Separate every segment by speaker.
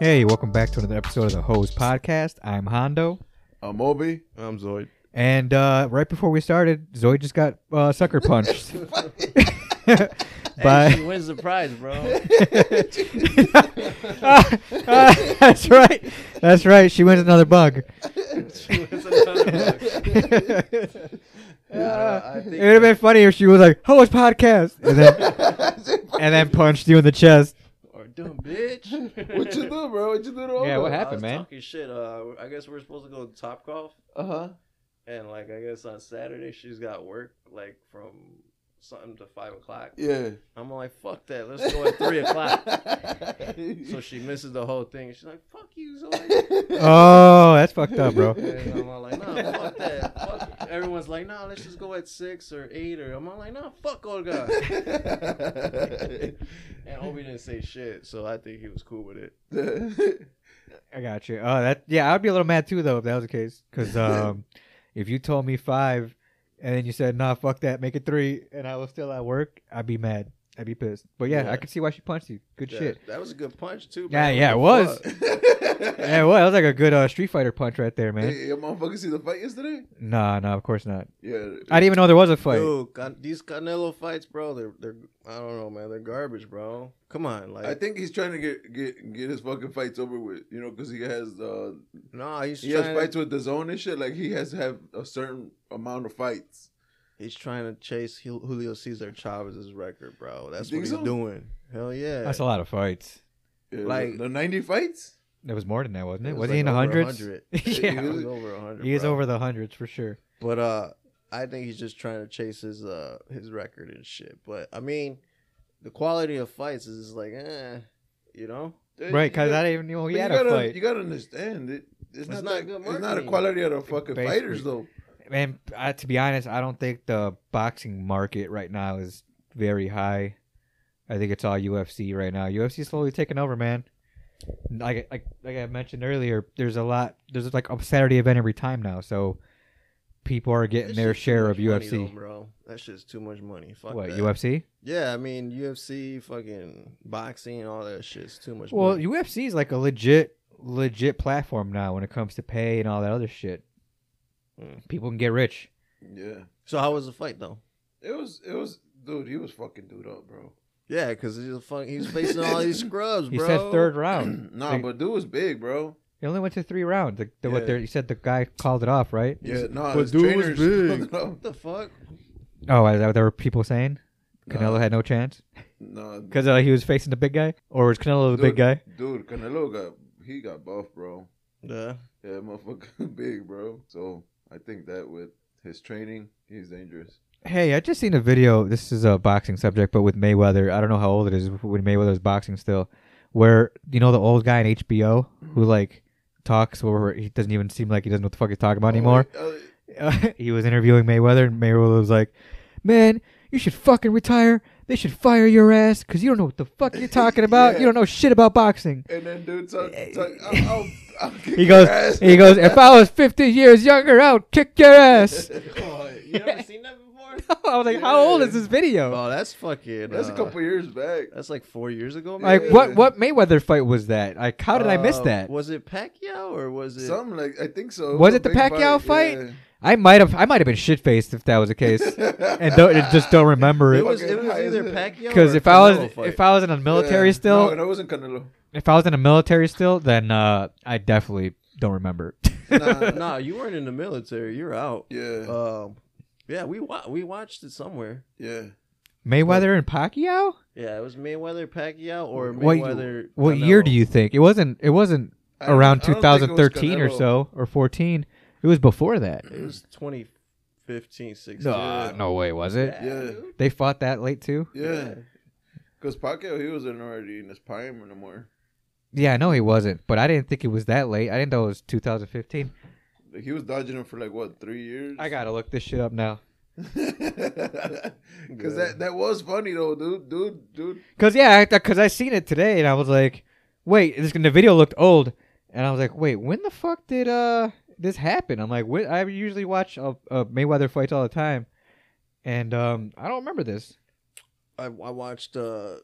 Speaker 1: Hey, welcome back to another episode of the Hose Podcast. I'm Hondo,
Speaker 2: I'm Obi. I'm Zoid.
Speaker 1: and uh, right before we started, Zoe just got uh, sucker punched
Speaker 3: Hey, she
Speaker 1: by.
Speaker 3: wins the prize, bro.
Speaker 1: Ah, ah, that's right. That's right. She wins another bug.
Speaker 3: Uh, I
Speaker 1: It would have been funny if she was like, "Hose Podcast," and then, and then punched you in the chest.
Speaker 3: Or dumb bitch.
Speaker 2: What you do, bro? What you do to Obi?
Speaker 1: Yeah, what
Speaker 3: I
Speaker 1: happened,
Speaker 3: was
Speaker 1: man?
Speaker 3: talking shit. Uh, I guess we're supposed to go to Top Golf,
Speaker 2: Uh huh.
Speaker 3: and like I guess on Saturday she's got work like from something to five o'clock.
Speaker 2: Yeah.
Speaker 3: I'm like, fuck that. Let's go at three o'clock. So she misses the whole thing. She's like, fuck you, Zoe.
Speaker 2: Uh.
Speaker 1: Oh, that's fucked up, bro.
Speaker 3: And I'm all like, nah, fuck that. Fuck. Everyone's like, nah, let's just go at six or eight or. I'm all like, nah, fuck Olga. And Obi didn't say shit, so I think he was cool with it.
Speaker 1: I got you. Oh, that yeah, I'd be a little mad too though if that was the case. Because um, if you told me five, and then you said nah, fuck that, make it three, and I was still at work, I'd be mad. I'd be pissed. But yeah,
Speaker 3: Yeah.
Speaker 1: I could see why she punched you. Good
Speaker 3: Yeah,
Speaker 1: shit.
Speaker 3: That was a good punch too.
Speaker 1: Yeah,
Speaker 3: man.
Speaker 1: yeah, it
Speaker 3: What the
Speaker 1: was.
Speaker 3: fuck?
Speaker 1: Yeah, well, that was like a good uh, Street Fighter punch right there, man.
Speaker 2: Hey, your motherfucker see the fight yesterday?
Speaker 1: Nah, nah, of course not.
Speaker 2: Yeah.
Speaker 1: I didn't even know there was a fight.
Speaker 3: Dude, Can- these Canelo fights, bro, they're they're I don't know, man, they're garbage, bro. Come on, like
Speaker 2: I think he's trying to get get get his fucking fights over with, you know, because he has uh
Speaker 3: nah, he's
Speaker 2: he
Speaker 3: trying
Speaker 2: has fights
Speaker 3: to,
Speaker 2: with his own and shit. Like he has to have a certain amount of fights.
Speaker 3: he's trying to chase Jul- Julio Cesar Chavez's record, bro. That's
Speaker 2: think
Speaker 3: what he's
Speaker 2: so?
Speaker 3: doing. Hell yeah,
Speaker 1: That's a lot of fights.
Speaker 2: Yeah,
Speaker 3: Like-
Speaker 2: the ninety fights.
Speaker 1: There was more than that, wasn't it?
Speaker 3: It
Speaker 1: Was,
Speaker 3: was
Speaker 1: he
Speaker 3: like
Speaker 1: in the
Speaker 3: over a
Speaker 1: hundreds?
Speaker 3: hundred.
Speaker 1: yeah,
Speaker 3: He was over hundred.
Speaker 1: he is over the hundreds for sure.
Speaker 3: But uh, I think he's just trying to chase his uh his record and shit. But I mean, the quality of fights is just like, eh, you know.
Speaker 1: Right, because
Speaker 2: Yeah.
Speaker 1: I didn't even know he
Speaker 2: But
Speaker 1: had
Speaker 2: you
Speaker 1: a
Speaker 2: gotta,
Speaker 1: fight.
Speaker 2: You gotta understand it. It's, not,
Speaker 3: not
Speaker 2: that,
Speaker 3: good
Speaker 2: It's not a
Speaker 3: marketing.
Speaker 2: quality of the fucking
Speaker 1: Basically.
Speaker 2: fighters though.
Speaker 1: Man, I, uh, to be honest, I don't think the boxing market right now is very high. I think it's all UFC right now. UFC is slowly taking over, man. Like like like I mentioned earlier, there's a lot. There's like a Saturday event every time now, so people are getting
Speaker 3: It's
Speaker 1: their
Speaker 3: just too
Speaker 1: share
Speaker 3: much
Speaker 1: of
Speaker 3: money,
Speaker 1: UFC.
Speaker 3: though, bro. That shit's too much money. Fuck
Speaker 1: what
Speaker 3: that.
Speaker 1: UFC?
Speaker 3: Yeah, I mean UFC, fucking boxing, all that shit's too much.
Speaker 1: Well,
Speaker 3: money.
Speaker 1: UFC is like a legit legit platform now when it comes to pay and all that other shit.
Speaker 3: Mm.
Speaker 1: People can get rich.
Speaker 2: Yeah,
Speaker 3: so how was the fight though?
Speaker 2: it was. It was, dude. He was fucking dude up, bro.
Speaker 3: Yeah, because he's a fuck. He's facing all these scrubs,
Speaker 1: He
Speaker 3: bro.
Speaker 1: said third round.
Speaker 2: nah,
Speaker 1: Like-
Speaker 2: but dude was big, bro.
Speaker 1: They only went to three rounds. The, the, what
Speaker 2: Yeah.
Speaker 1: they you said the guy called it off, right?
Speaker 2: Yeah, no,
Speaker 3: but
Speaker 2: his
Speaker 3: dude was
Speaker 2: trainers
Speaker 3: big.
Speaker 2: No,
Speaker 3: What the fuck?
Speaker 1: Oh, is that what there were people saying? Canelo
Speaker 2: Nah.
Speaker 1: had no chance
Speaker 2: no,
Speaker 1: because uh, he was facing the big guy, or was Canelo the
Speaker 2: Dude.
Speaker 1: big guy?
Speaker 2: dude, Canelo got he got buff, bro.
Speaker 3: Yeah.
Speaker 2: Yeah, motherfucker, big, bro. So I think that with his training, he's dangerous.
Speaker 1: Hey, I just seen a video. This is a boxing subject, but with Mayweather, I don't know how old it is when Mayweather's boxing still. Where you know the old guy in HBO who like talks or he doesn't even seem like he doesn't know what the fuck he's talking about anymore.
Speaker 2: Oh,
Speaker 1: he was interviewing Mayweather, and Mayweather was like, "Man, you should fucking retire. They should fire your ass because you don't know what the fuck you're talking about.
Speaker 2: Yeah.
Speaker 1: You don't know shit about boxing."
Speaker 2: and then dude, talk, talk, I'll, I'll, I'll kick
Speaker 1: He
Speaker 2: your
Speaker 1: goes,
Speaker 2: ass.
Speaker 1: he goes. If I was 50 years younger, I would kick your ass.
Speaker 3: Oh, you never seen that before?
Speaker 1: I was like, how old is this video?
Speaker 3: Oh, that's fucking.
Speaker 2: That's a
Speaker 3: uh,
Speaker 2: couple years back.
Speaker 3: That's like four years ago. Maybe?
Speaker 1: Like, what what Mayweather fight was that? Like, how did I miss
Speaker 3: Uh,
Speaker 1: that?
Speaker 3: Was it Pacquiao or was it?
Speaker 2: Something like I think so.
Speaker 1: Was
Speaker 2: a
Speaker 1: it the
Speaker 2: big
Speaker 1: Pacquiao fight? I might have I might have been shit faced if that was the case, and don't, I just don't remember
Speaker 3: it
Speaker 1: it.
Speaker 3: was. It was
Speaker 2: Fucking
Speaker 3: either
Speaker 2: high as
Speaker 3: Pacquiao.
Speaker 1: Because
Speaker 3: or
Speaker 1: if I was
Speaker 3: Canelo fight.
Speaker 1: if I was in a military
Speaker 2: Yeah.
Speaker 1: still,
Speaker 2: No, no, it wasn't Canelo.
Speaker 1: if I was in a military still, then uh, I definitely don't remember.
Speaker 2: Nah,
Speaker 3: nah, you weren't in the military. You're out.
Speaker 2: Yeah,
Speaker 3: Um, yeah, we wa- we watched it somewhere.
Speaker 2: yeah.
Speaker 1: Mayweather and Pacquiao.
Speaker 3: Yeah, it was Mayweather Pacquiao or
Speaker 1: What-
Speaker 3: Mayweather.
Speaker 1: What year
Speaker 3: Canelo.
Speaker 1: do you think? It wasn't. It wasn't
Speaker 2: I don't-
Speaker 1: around
Speaker 2: I don't think it was
Speaker 1: 2013 or
Speaker 2: Canelo.
Speaker 1: so or 14. It was before that.
Speaker 3: It was 2015, 16.
Speaker 1: No, Uh, no way, was it?
Speaker 2: Yeah.
Speaker 3: dude.
Speaker 1: They fought that late too.
Speaker 2: Yeah, because Pacquiao he wasn't already in his prime anymore.
Speaker 1: Yeah, I know he wasn't, but I didn't think it was that late. I didn't know it was 2015.
Speaker 2: Like, he was dodging him for like what three years?
Speaker 1: I gotta look this shit up now.
Speaker 2: because that that was funny though, dude, dude, dude.
Speaker 1: Cause yeah, I, cause I seen it today, and I was like, wait, this the video looked old, and I was like, wait, when the fuck did uh this happened? I'm like, what? I usually watch uh, uh, Mayweather fights all the time, and um, I don't remember this.
Speaker 3: I, I watched uh,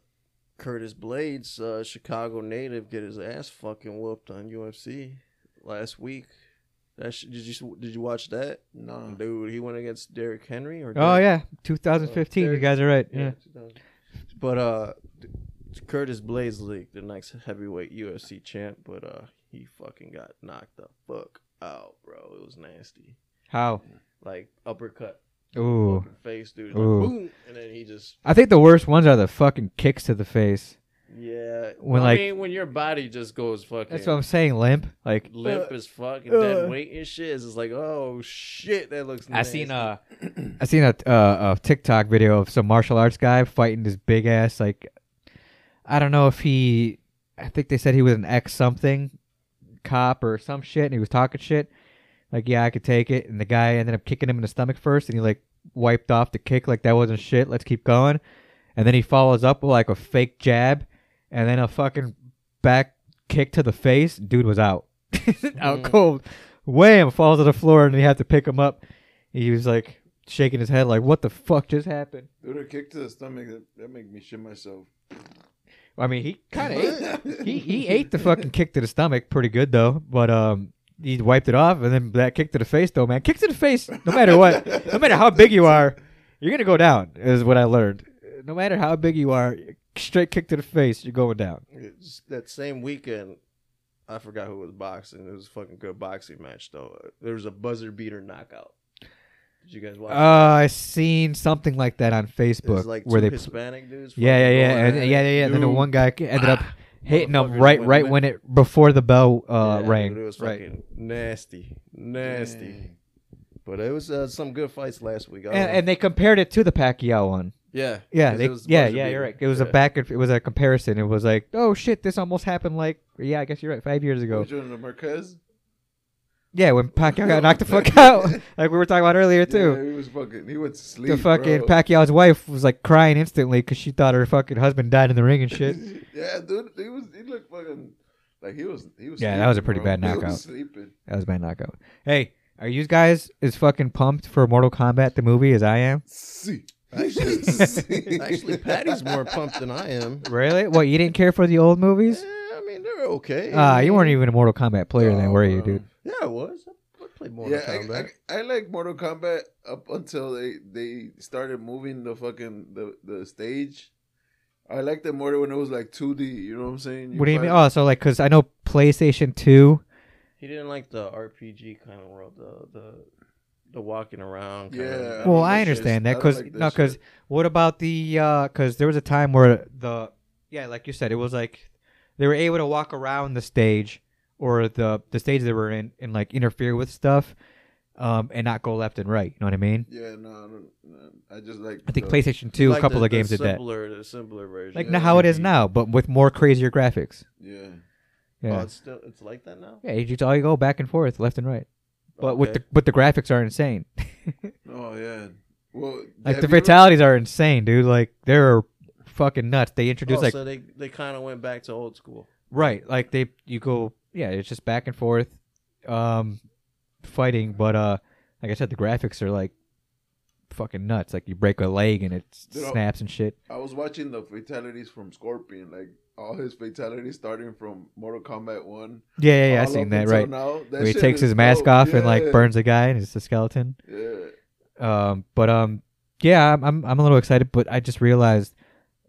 Speaker 3: Curtis Blades, uh, Chicago native, get his ass fucking whooped on UFC last week. That sh- did you did you watch that?
Speaker 2: Nah.
Speaker 3: Dude, he went against Derrick Henry or
Speaker 1: Oh
Speaker 3: Derrick-
Speaker 1: yeah, 2015. You
Speaker 3: Derek-
Speaker 1: guys are right.
Speaker 3: yeah.
Speaker 1: Yeah.
Speaker 3: 2000. But uh, Curtis Blades league the next heavyweight UFC champ, but uh, he fucking got knocked the fuck out, bro. It was nasty,
Speaker 1: How?
Speaker 3: like uppercut
Speaker 1: Ooh.
Speaker 3: fucking face, dude. Like,
Speaker 1: Ooh.
Speaker 3: boom, and then he just
Speaker 1: I think the worst ones are the fucking kicks to the face.
Speaker 3: yeah.
Speaker 1: When,
Speaker 3: I
Speaker 1: like-
Speaker 3: mean, when your body just goes fucking.
Speaker 1: That's what I'm saying. Limp. Like
Speaker 3: Limp as fuck and dead
Speaker 1: uh.
Speaker 3: weight and shit. It's just like, oh shit, that looks.
Speaker 1: I
Speaker 3: Nasty.
Speaker 1: seen a, I seen a, uh, a TikTok video of some martial arts guy fighting this big ass like, I don't know if he, I think they said he was an ex something, cop or some shit, and he was talking shit, like yeah I could take it, and the guy ended up kicking him in the stomach first, and he like wiped off the kick like that wasn't shit. Let's keep going, and then he follows up with like a fake jab, and then a fucking back kick to the face. Dude was out, out
Speaker 3: Mm.
Speaker 1: cold. Wham! Falls to the floor, and they have to pick him up. He was like shaking his head, like, "What the fuck just happened?"
Speaker 2: Dude, a kick to the stomach that, that make me shit myself.
Speaker 1: I mean, he kind of ate. He he ate the fucking kick to the stomach pretty good though, but um, he wiped it off, and then that kick to the face though, man, kick to the face. No matter what, no matter how big you are, you're gonna go down. Is what I learned. No matter how big you are, straight kick to the face, you're going down.
Speaker 3: It's- that same weekend, I forgot who was boxing. It was a fucking good boxing match though. There was a buzzer beater knockout. Did you guys watch?
Speaker 1: Uh,
Speaker 3: that?
Speaker 1: I seen something like that on
Speaker 3: It was
Speaker 1: Facebook
Speaker 3: like
Speaker 1: where
Speaker 3: two
Speaker 1: they,
Speaker 3: Hispanic dudes.
Speaker 1: yeah, yeah,
Speaker 3: fucking
Speaker 1: yeah,
Speaker 3: going
Speaker 1: and,
Speaker 3: at
Speaker 1: yeah,
Speaker 3: it.
Speaker 1: yeah, yeah. And then the
Speaker 2: Dude.
Speaker 1: one guy ended up hitting him
Speaker 3: Motherfuckers
Speaker 1: right,
Speaker 3: went
Speaker 1: right
Speaker 3: limp.
Speaker 1: when it before the bell uh
Speaker 3: Yeah,
Speaker 1: rang.
Speaker 3: dude, It was
Speaker 1: right.
Speaker 3: fucking nasty, nasty. But it was uh, some good fights last week. I
Speaker 1: and,
Speaker 3: don't-
Speaker 1: and they compared it to the Pacquiao one.
Speaker 3: yeah,
Speaker 1: Yeah,
Speaker 3: 'cause
Speaker 1: they,
Speaker 3: it was
Speaker 1: yeah,
Speaker 3: buzzer
Speaker 1: yeah. You're
Speaker 3: beater.
Speaker 1: right. It was a
Speaker 3: Yeah.
Speaker 1: back. and- It was a comparison. It was like, oh shit, this almost happened. Like, yeah, I guess you're right. Five years ago.
Speaker 2: Which one, the Marquez?
Speaker 1: yeah, when Pacquiao got knocked the fuck out, like we were talking about earlier
Speaker 2: Yeah,
Speaker 1: too.
Speaker 2: he was fucking. He went to sleep.
Speaker 1: the fucking
Speaker 2: bro.
Speaker 1: Pacquiao's wife was like crying instantly because she thought her fucking husband died in the ring and shit.
Speaker 2: yeah, dude. He was. He looked fucking. Like he was. He was.
Speaker 1: Yeah, that was a
Speaker 2: sleeping,
Speaker 1: pretty
Speaker 2: bro.
Speaker 1: bad
Speaker 2: He
Speaker 1: knockout.
Speaker 2: was sleeping.
Speaker 1: that was my knockout. Hey, are you guys as fucking pumped for Mortal Kombat the movie as I am?
Speaker 2: See.
Speaker 1: Actually-
Speaker 3: Actually, Patty's more pumped than I am.
Speaker 1: Really? What you didn't care for the old
Speaker 3: Yeah,
Speaker 1: movies?
Speaker 3: I mean they're okay.
Speaker 1: Ah, you weren't even a Mortal Kombat player then, were you, dude?
Speaker 3: Yeah, I was. I played Mortal
Speaker 2: Yeah,
Speaker 3: Kombat.
Speaker 2: I, I, I like Mortal Kombat up until they they started moving the fucking the, the stage. I liked it more when it was like 2D. You know what I'm saying?
Speaker 1: What do you
Speaker 2: fight-
Speaker 1: mean? Oh, so like, cause I know PlayStation Two.
Speaker 3: He didn't like the RPG kind of world, the the the walking around. Kind
Speaker 2: Yeah.
Speaker 3: Of,
Speaker 1: Well,
Speaker 2: mean,
Speaker 1: I
Speaker 2: that's
Speaker 1: understand
Speaker 2: just-
Speaker 1: that
Speaker 2: I
Speaker 1: because
Speaker 2: like that
Speaker 1: no, because
Speaker 2: shit.
Speaker 1: what about the uh 'cause because there was a time where the yeah, like you said, it was like they were able to walk around the stage or the the stage they were in and like interfere with stuff, um, and not go left and right. You know what I mean?
Speaker 2: Yeah, no, I don't. No, I just like.
Speaker 1: Oh. I think
Speaker 2: the-
Speaker 1: PlayStation Two, a couple of games
Speaker 3: the
Speaker 1: did that,
Speaker 3: simpler, The simpler version.
Speaker 1: like
Speaker 2: yeah,
Speaker 1: now how it is
Speaker 3: RPG.
Speaker 1: now, but with more crazier graphics.
Speaker 2: Yeah.
Speaker 1: Yeah,
Speaker 3: Oh, it's still it's like that now.
Speaker 1: yeah, you just all you go back and forth, left and right, but with
Speaker 3: Okay.
Speaker 1: the but the graphics are insane.
Speaker 2: Oh yeah. Well,
Speaker 1: Like the
Speaker 2: have you ever-
Speaker 1: fatalities are insane, dude. Like they're fucking nuts. They introduce
Speaker 3: oh,
Speaker 1: like
Speaker 3: so they they kind of went back to old school.
Speaker 1: Right. Like they you go yeah, it's just back and forth um fighting, but uh like I said the graphics are like fucking nuts. Like you break a leg and it s-
Speaker 2: Dude, I'll-
Speaker 1: snaps and shit.
Speaker 2: I was watching the fatalities from Scorpion, like all his fatalities starting from Mortal Kombat One.
Speaker 1: Yeah, yeah, yeah I
Speaker 2: all up
Speaker 1: seen that,
Speaker 2: until
Speaker 1: right.
Speaker 2: Now, that
Speaker 1: Where he
Speaker 2: shit
Speaker 1: takes
Speaker 2: is
Speaker 1: his mask
Speaker 2: dope.
Speaker 1: off and like
Speaker 2: Yeah,
Speaker 1: burns a guy and it's a skeleton.
Speaker 2: Yeah.
Speaker 1: Um but um yeah, I'm I'm, I'm a little excited, but I just realized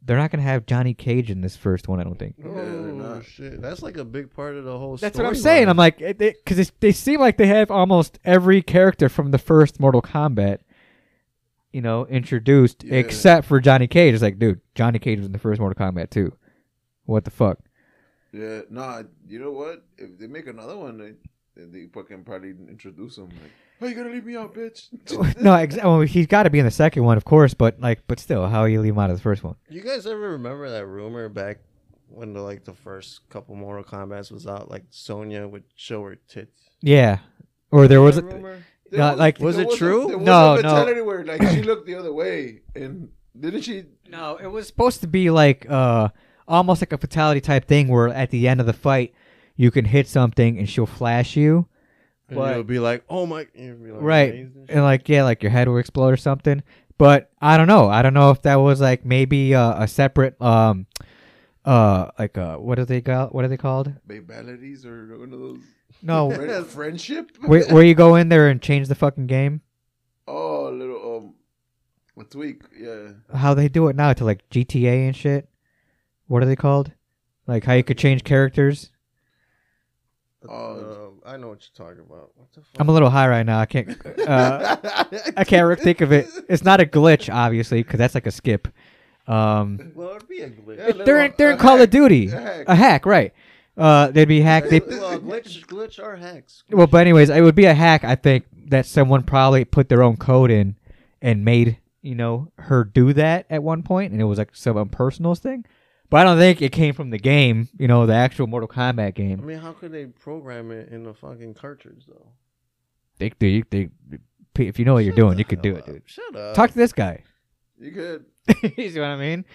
Speaker 1: they're not going to have Johnny Cage in this first one, I don't think.
Speaker 2: Yeah, they're
Speaker 3: oh
Speaker 2: not.
Speaker 3: shit, that's like a big part of the whole.
Speaker 1: That's what I'm saying. I'm like, because they, they seem like they have almost every character from the first Mortal Kombat, you know, introduced,
Speaker 2: Yeah.
Speaker 1: except for Johnny Cage. It's like, dude, Johnny Cage was in the first Mortal Kombat too. What the fuck?
Speaker 2: Yeah, nah. You know what? If they make another one, they, then they fucking probably introduce him. Like, oh, you gonna leave me out, bitch?
Speaker 1: no, ex- well, he's got to be in the second one, of course, but like, but still, how you leave him out of the first one?
Speaker 3: You guys ever remember that rumor back when the like the first couple Mortal Kombat's was out? Like Sonya would show her tits.
Speaker 1: Yeah, or there was
Speaker 3: That
Speaker 1: a,
Speaker 3: rumor?
Speaker 2: There
Speaker 1: Yeah, like-
Speaker 2: there
Speaker 3: Was it
Speaker 2: a-
Speaker 3: true?
Speaker 2: there was
Speaker 1: No,
Speaker 2: a
Speaker 1: no.
Speaker 2: fatality Where like she looked the other way, and didn't she?
Speaker 1: no. It was supposed to be like uh almost like a fatality type thing, where at the end of the fight, you can hit something and she'll flash you.
Speaker 3: And
Speaker 1: But-
Speaker 3: you'll be like, oh my, you'll be like
Speaker 1: Right.
Speaker 3: amazed and shit.
Speaker 1: and like yeah, like your head will explode or something. But I don't know. I don't know if that was like maybe uh, a separate um uh like uh what are they called? What are they called?
Speaker 2: Babalities or one of those.
Speaker 1: No,
Speaker 2: Friend- friendship?
Speaker 1: where, where you go in there and change the fucking game?
Speaker 2: Oh, a little um, a tweak. Yeah.
Speaker 1: How they do it now to like GTA and shit. What are they called? Like how you could change characters.
Speaker 2: Oh.
Speaker 3: Uh, I know what you're talking about. What the fuck?
Speaker 1: I'm a little high right now. I can't. Uh, I can't re- think of it. It's not a glitch, obviously, because that's like a skip. Um,
Speaker 3: well, it'd be a uh, glitch.
Speaker 2: Yeah,
Speaker 1: they're in, they're in Call of Duty.
Speaker 2: Heck.
Speaker 1: A hack, right? Uh, they'd be hacked. They
Speaker 3: well, glitch, glitch are hacks.
Speaker 1: Well, but anyways, it would be a hack, I think, that someone probably put their own code in and made you know her do that at one point, and it was like some impersonal thing. But I don't think it came from the game, you know, the actual Mortal Kombat
Speaker 3: I
Speaker 1: game.
Speaker 3: mean, how could they program it in a fucking cartridge though?
Speaker 1: They, they, they, if you know what you're doing, you could
Speaker 3: could
Speaker 1: do it, dude.
Speaker 3: Shut up.
Speaker 1: Talk to this guy.
Speaker 2: You could.
Speaker 1: you see what I mean?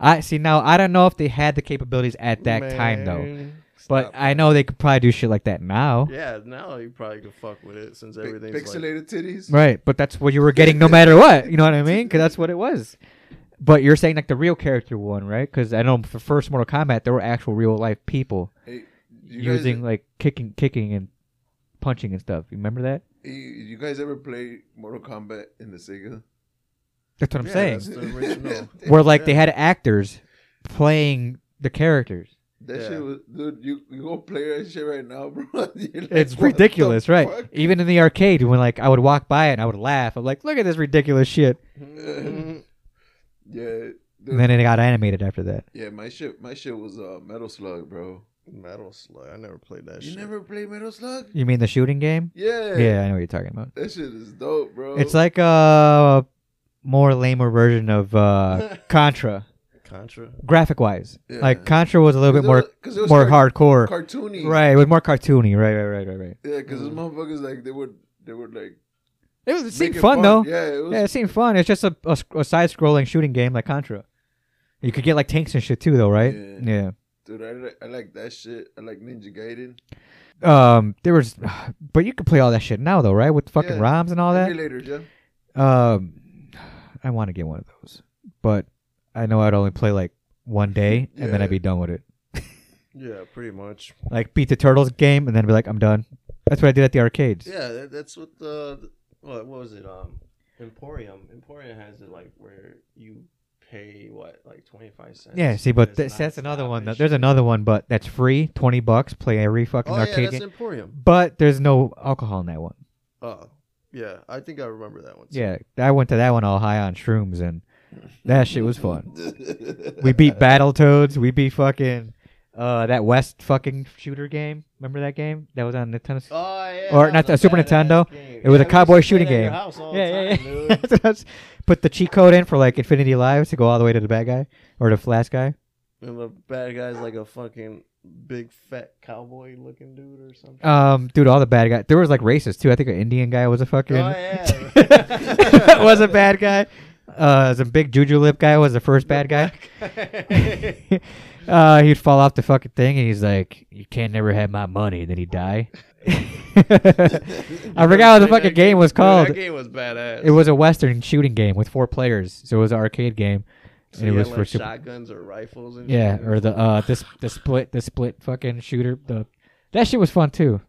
Speaker 1: I see now. I don't know if they had the capabilities at that time though,
Speaker 3: Man,
Speaker 1: but
Speaker 3: stop.
Speaker 1: I know they could probably do shit like that now.
Speaker 3: yeah, now you probably could fuck with it since
Speaker 2: Pi-
Speaker 3: everything's like.
Speaker 2: pixelated titties.
Speaker 1: Right, but that's what you were getting no matter what. You know what I mean? Because that's what it was. But you're saying like the real character one, right? Because I know for first Mortal Kombat there were actual real life people
Speaker 2: Hey, you
Speaker 1: using
Speaker 2: guys,
Speaker 1: like kicking, kicking and punching and stuff. You remember that?
Speaker 2: e-, you, you guys ever play Mortal Kombat in the Sega?
Speaker 1: That's what I'm
Speaker 3: Yeah,
Speaker 1: saying.
Speaker 3: that's the original.
Speaker 1: Where like they
Speaker 3: yeah.
Speaker 1: had actors playing the characters.
Speaker 2: That
Speaker 3: Yeah.
Speaker 2: shit was, dude. You, you go play that shit right now, bro. You're like,
Speaker 1: It's
Speaker 2: what the
Speaker 1: ridiculous, right?
Speaker 2: fuck?
Speaker 1: Even in the arcade, when like I would walk by it and I would laugh. I'm like, look at this ridiculous shit.
Speaker 3: Mhm.
Speaker 2: Mm-hmm. Yeah,
Speaker 1: And then it got animated after that.
Speaker 2: yeah. My shit, my shit was uh, Metal Slug, bro.
Speaker 3: Metal Slug. I never played that
Speaker 2: You
Speaker 3: shit.
Speaker 2: never played Metal Slug?
Speaker 1: You mean the shooting game?
Speaker 2: Yeah.
Speaker 1: Yeah, I know what you're talking about.
Speaker 2: That shit is dope, bro.
Speaker 1: It's like a more lamer version of uh, Contra,
Speaker 3: Contra.
Speaker 1: graphic wise.
Speaker 2: Yeah.
Speaker 1: Like Contra was a little bit more
Speaker 2: because it was
Speaker 1: more
Speaker 2: car-
Speaker 1: hardcore,
Speaker 2: cartoony,
Speaker 1: right? It was more cartoony, right, right, right, right, right.
Speaker 2: Yeah, because those
Speaker 3: Mm.
Speaker 2: motherfuckers like they would they would like
Speaker 1: It was it
Speaker 2: make
Speaker 1: seemed fun though. Yeah,
Speaker 2: Yeah, it was.
Speaker 1: it seemed fun. It's just a, a, sc- a side scrolling shooting game like Contra. You could get like tanks and shit too, though, right? Yeah.
Speaker 2: Yeah. Dude, I, li- I like that shit. I like Ninja Gaiden.
Speaker 1: Um, there was, but you could play all that shit now though, right? With fucking
Speaker 2: Yeah.
Speaker 1: ROMs and all that.
Speaker 2: Later, Jeff.
Speaker 1: Um, I want to get one of those, but I know I'd only play like one day and then
Speaker 2: Yeah.
Speaker 1: I'd be done with it.
Speaker 3: Yeah, pretty much.
Speaker 1: like beat the turtles game and then be like i'm done that's what i did at the arcades
Speaker 3: Yeah, that, that's what the what, what was it? Um, Emporium. Emporium has it like where you pay what like twenty five cents.
Speaker 1: Yeah, see
Speaker 3: and
Speaker 1: but
Speaker 3: it's
Speaker 1: that's,
Speaker 3: not
Speaker 1: that's another
Speaker 3: stop
Speaker 1: one
Speaker 3: and
Speaker 1: though.
Speaker 3: shit.
Speaker 1: there's another one but that's free 20 bucks play every fucking
Speaker 3: Oh yeah,
Speaker 1: arcade
Speaker 3: that's
Speaker 1: game
Speaker 3: Emporium.
Speaker 1: but there's no alcohol in that one
Speaker 3: Oh yeah, I think I remember that one. too.
Speaker 1: yeah i went to that one all high on shrooms and that shit was fun we beat battletoads we beat fucking uh that west fucking shooter game remember that game that was on nintendo
Speaker 3: Oh yeah.
Speaker 1: Or
Speaker 3: that
Speaker 1: not
Speaker 3: was
Speaker 1: the Super
Speaker 3: badass
Speaker 1: Nintendo.
Speaker 3: game.
Speaker 1: It was a
Speaker 3: Yeah, we used to
Speaker 1: cowboy
Speaker 3: play
Speaker 1: shooting
Speaker 3: that at your
Speaker 1: game.
Speaker 3: house all the
Speaker 1: yeah,
Speaker 3: time,
Speaker 1: yeah,
Speaker 3: dude.
Speaker 1: yeah. That's what I was- Put the cheat code in for like Infinity Lives to go all the way to the bad guy or the flash guy.
Speaker 3: And the bad guy's like a fucking big fat cowboy looking dude or something.
Speaker 1: Um, dude, all the bad guys. There was like racist too. I think an Indian guy was a fucking
Speaker 3: Oh, yeah.
Speaker 1: was a bad guy. Uh, the big Juju lip guy was the first bad guy. uh, he'd fall off the fucking thing, and he's like, "You can't never have my money." And then he'd die. I forgot what the
Speaker 3: Dude,
Speaker 1: fucking
Speaker 3: that
Speaker 1: game was
Speaker 3: dude,
Speaker 1: called.
Speaker 3: That game was badass.
Speaker 1: It was a western shooting game with four players, so it was an arcade game,
Speaker 3: So
Speaker 1: and it
Speaker 3: you
Speaker 1: was
Speaker 3: had,
Speaker 1: for
Speaker 3: like,
Speaker 1: Super.
Speaker 3: shotguns or rifles and
Speaker 1: Yeah,
Speaker 3: shit.
Speaker 1: or the uh this the split the split fucking shooter the that shit was fun too.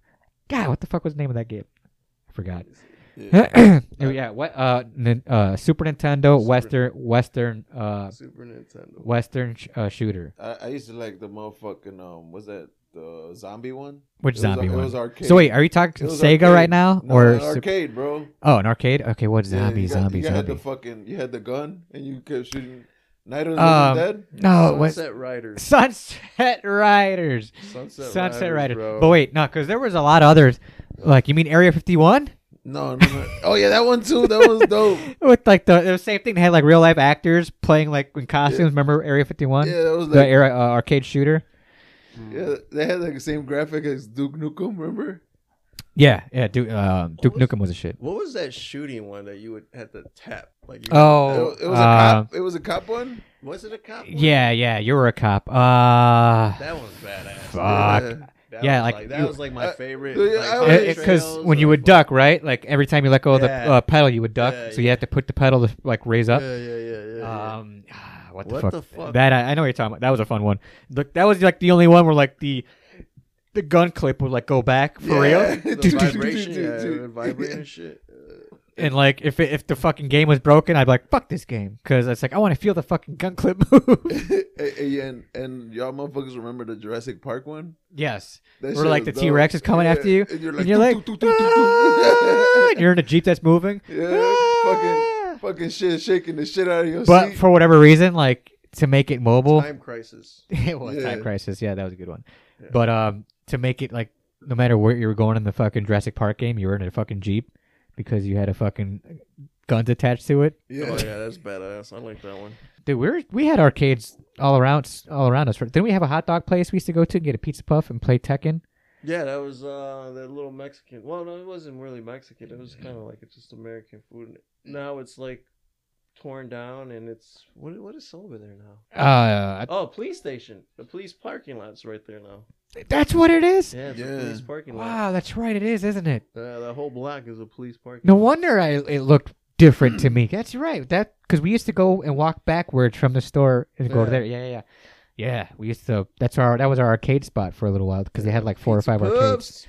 Speaker 1: God, what the fuck was the name of that game? I forgot.
Speaker 2: Yeah.
Speaker 1: oh, yeah, what uh, nin, uh Super Nintendo
Speaker 3: Super-
Speaker 1: Western Western uh
Speaker 3: Super Nintendo.
Speaker 1: Western sh- uh, shooter.
Speaker 2: I, I used to like the motherfucking um. Was that the zombie one?
Speaker 1: Which
Speaker 2: It was-
Speaker 1: zombie
Speaker 2: it
Speaker 1: one?
Speaker 2: was arcade.
Speaker 1: So wait, are you talking
Speaker 2: It was
Speaker 1: Sega right
Speaker 2: arcade.
Speaker 1: now
Speaker 2: No,
Speaker 1: or
Speaker 2: an
Speaker 1: Sup-
Speaker 2: arcade, bro?
Speaker 1: oh an arcade? Okay, what
Speaker 2: Yeah,
Speaker 1: zombie
Speaker 2: you got-
Speaker 1: zombie
Speaker 2: you had
Speaker 1: zombie?
Speaker 2: the fucking. You had the gun and you kept shooting. Night of the
Speaker 1: Um,
Speaker 2: Living Dead.
Speaker 1: no, what
Speaker 3: Sunset Riders.
Speaker 1: Sunset Riders?
Speaker 3: Sunset,
Speaker 1: Sunset Riders.
Speaker 3: Riders. bro.
Speaker 1: But wait, no, because there was a lot of others. Like you mean Area Fifty One?
Speaker 2: No, no, no. Oh yeah, that one too. That was dope.
Speaker 1: with like the, the same thing. They had like real life actors playing like in costumes. Remember Area Fifty One,
Speaker 2: Yeah, that was
Speaker 1: the
Speaker 2: like.
Speaker 1: era, uh, arcade shooter.
Speaker 2: Yeah, they had like the same graphic as Duke Nukem. Remember?
Speaker 1: Yeah, yeah. Duke, um, Duke
Speaker 3: was-
Speaker 1: Nukem was a shit.
Speaker 3: What was that shooting one that you would have to tap? Like, you
Speaker 2: It,
Speaker 1: Oh,
Speaker 2: was- it was a
Speaker 1: uh,
Speaker 2: cop. It was a cop one.
Speaker 3: was it a cop? one?
Speaker 1: yeah, yeah. You were a cop. Uh,
Speaker 3: That one's badass.
Speaker 1: Fuck.
Speaker 2: Yeah.
Speaker 3: That
Speaker 1: Yeah,
Speaker 3: was
Speaker 1: like,
Speaker 3: that
Speaker 1: you-
Speaker 3: was like my
Speaker 2: Uh,
Speaker 3: favorite.
Speaker 2: dude,
Speaker 3: like,
Speaker 2: I
Speaker 3: hiking
Speaker 2: was-
Speaker 1: Because
Speaker 3: trails
Speaker 1: when
Speaker 3: or
Speaker 1: you would
Speaker 3: fuck-
Speaker 1: duck, right? Like every time you let go of the
Speaker 3: Yeah.
Speaker 1: uh, pedal, you would duck.
Speaker 3: Yeah,
Speaker 1: so you have to put the pedal to like raise up.
Speaker 3: Yeah, yeah, yeah, yeah.
Speaker 2: uh,
Speaker 3: yeah.
Speaker 1: Um, ah, what the
Speaker 3: What
Speaker 1: fuck?
Speaker 3: the fuck?
Speaker 1: That I, I know what you're talking about. That was a fun one. Look, that was like the only one where like the the gun clip would like go back for
Speaker 2: Yeah.
Speaker 1: real,
Speaker 3: the
Speaker 2: Dude, dude,
Speaker 3: vibration,
Speaker 2: dude,
Speaker 3: yeah,
Speaker 2: dude, dude.
Speaker 3: it vibrated and shit. Uh,
Speaker 1: and like if it, if the fucking game was broken, I'd be like fuck this game because it's like I want to feel the fucking gun clip move.
Speaker 2: Hey, hey, and and y'all motherfuckers remember the Jurassic Park one?
Speaker 1: yes,
Speaker 2: That
Speaker 1: Where,
Speaker 2: shit
Speaker 1: like,
Speaker 2: was
Speaker 1: the
Speaker 2: dope.
Speaker 1: T-Rex is coming after you,
Speaker 2: and you're like,
Speaker 1: and you're like,
Speaker 2: "Doo, doo, doo, doo, doo,
Speaker 1: "Ah," and
Speaker 2: doo."
Speaker 1: you're in a jeep that's moving. Ah.
Speaker 2: yeah, fucking fucking shit, shaking the shit out of your
Speaker 1: But
Speaker 2: seat.
Speaker 1: for whatever reason, like to make it mobile,
Speaker 3: time crisis.
Speaker 1: it was time
Speaker 2: Yeah.
Speaker 1: crisis. Yeah, that was a good one.
Speaker 3: Yeah.
Speaker 1: But um, to make it like no matter where you were going in the fucking Jurassic Park game, you were in a fucking jeep because you had a fucking guns attached to it.
Speaker 2: yeah.
Speaker 3: Oh yeah, that's badass. I like that one.
Speaker 1: Dude, we were, we had arcades all around all around us. Didn't we have a hot dog place we used to go to and get a pizza puff and play Tekken?
Speaker 3: Yeah, that was uh that little Mexican. Well, no, it wasn't really Mexican. It was kind of like it's just American food. Now it's like torn down, and it's what what is over there now?
Speaker 1: Uh,
Speaker 3: Oh, police station. The police parking lot's right there now.
Speaker 1: that's what it is.
Speaker 3: Yeah, it's a
Speaker 2: Yeah.
Speaker 3: police parking lot.
Speaker 1: Wow, that's right. It is, isn't it?
Speaker 3: Uh, the whole block is a police parking.
Speaker 1: No
Speaker 3: lot.
Speaker 1: wonder I it looked different to me. That's right. That because we used to go and walk backwards from the store and go to
Speaker 3: Yeah.
Speaker 1: there. Yeah, yeah, yeah. Yeah, we used to. That's our that was our arcade spot for a little while because they had like four
Speaker 3: Pizza
Speaker 1: or five arcades.
Speaker 3: puffs.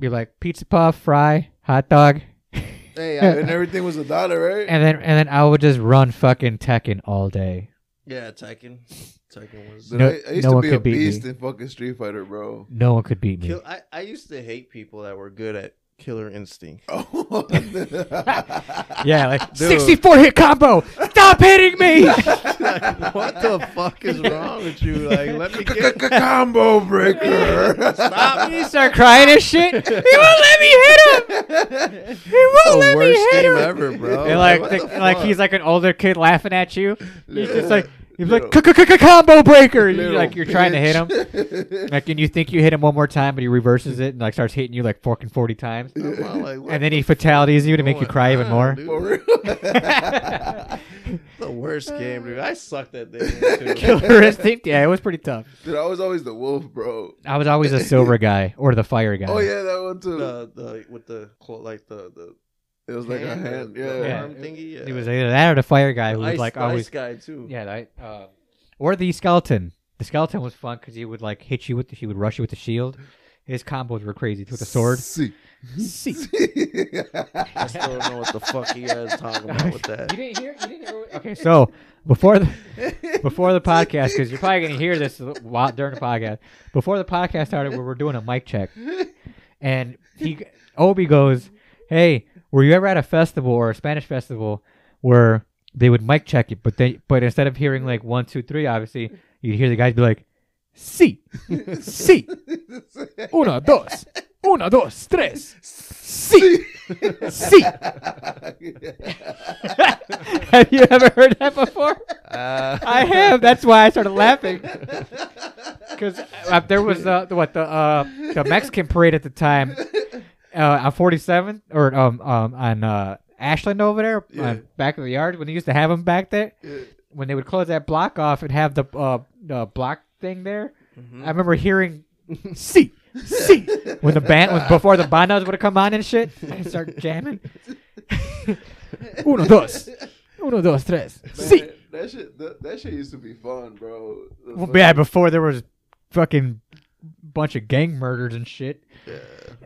Speaker 1: Be like pizza puff, fry, hot dog,
Speaker 3: Hey, I,
Speaker 2: and everything was a dollar, right?
Speaker 1: and then and then I would just run fucking Tekken all day.
Speaker 3: yeah, Tekken. Tekken was.
Speaker 2: Dude,
Speaker 1: No-
Speaker 2: I, I used
Speaker 1: no
Speaker 2: to
Speaker 1: one
Speaker 2: be a
Speaker 1: could beat me.
Speaker 2: beast in fucking Street Fighter, bro.
Speaker 1: No one could beat me.
Speaker 3: Kill, I, I used to hate people that were good at Killer Instinct.
Speaker 2: Oh.
Speaker 1: yeah, like
Speaker 3: Dude.
Speaker 1: sixty-four hit combo. Stop hitting me.
Speaker 3: Like, what the fuck is wrong with you? Like, let me get.
Speaker 2: Combo breaker.
Speaker 3: Stop
Speaker 1: you start crying and shit. He won't let me hit him. He won't
Speaker 3: the
Speaker 1: let me
Speaker 3: worst
Speaker 1: hit
Speaker 3: game
Speaker 1: him.
Speaker 3: ever, bro.
Speaker 1: And like,
Speaker 3: What
Speaker 1: the-
Speaker 3: the
Speaker 1: and, like
Speaker 3: fuck?
Speaker 1: he's like an older kid laughing at you. He's just like he's like
Speaker 2: Little-
Speaker 1: combo breaker. You
Speaker 2: Little
Speaker 1: like you're trying to hit him.
Speaker 2: bitch.
Speaker 1: Like and you think you hit him one more time, but he reverses it and like starts hitting you like fucking forty times.
Speaker 3: I'm all like, what
Speaker 1: And then he fatalities you to
Speaker 3: the
Speaker 1: make you
Speaker 3: fuck
Speaker 1: cry even
Speaker 3: on,
Speaker 1: more.
Speaker 3: dude?
Speaker 2: For real.
Speaker 3: The worst game, dude. I sucked at that game too.
Speaker 1: Killer instinct. Yeah, it was pretty tough.
Speaker 2: Dude, I was always the wolf, bro.
Speaker 1: I was always a silver guy or the fire guy.
Speaker 2: Oh yeah, that one too.
Speaker 3: the, the with the clo- like the the
Speaker 2: It was like a
Speaker 3: hand, the-
Speaker 2: hand.
Speaker 3: the
Speaker 2: Yeah.
Speaker 1: Yeah.
Speaker 3: arm thingy. Yeah.
Speaker 1: It was either that or the fire guy who was
Speaker 3: ice,
Speaker 1: like
Speaker 3: the
Speaker 1: always
Speaker 3: ice guy too.
Speaker 1: Yeah, that, uh, or the skeleton. The skeleton was fun because he would like hit you with. The, he would rush you with the shield. His combos were crazy with the sword.
Speaker 2: See.
Speaker 1: See,
Speaker 3: I still don't know what the fuck you guys talking about with that.
Speaker 1: didn't hear. You didn't hear. Okay, so before the before the podcast, because you're probably gonna hear this while, during the podcast. Before the podcast started, we were doing a mic check, and he Obi goes, "Hey, were you ever at a festival or a Spanish festival where they would mic check it, but they but instead of hearing like one, two, three, obviously you'd hear the guys be like." See, see, Uno, dos. Uno, dos, tres. Sí. Sí. have you ever heard that before?
Speaker 3: Uh,
Speaker 1: I have. That's why I started laughing. Because uh, there was uh, the what the uh, the Mexican parade at the time uh, on 47th or um um on uh, Ashland over there
Speaker 2: Yeah.
Speaker 1: on back of the yard when they used to have them back there
Speaker 2: Yeah.
Speaker 1: when they would close that block off and have the uh, the block thing there.
Speaker 3: mhm.
Speaker 1: I remember hearing "see, see" when the band was before the bandas would have come on and shit and start jamming. uno dos, uno dos tres. See,
Speaker 2: Man, that shit. That, that shit used to be fun, bro. The
Speaker 1: well,
Speaker 2: fuck-
Speaker 1: yeah, before there was fucking bunch of gang murders and shit.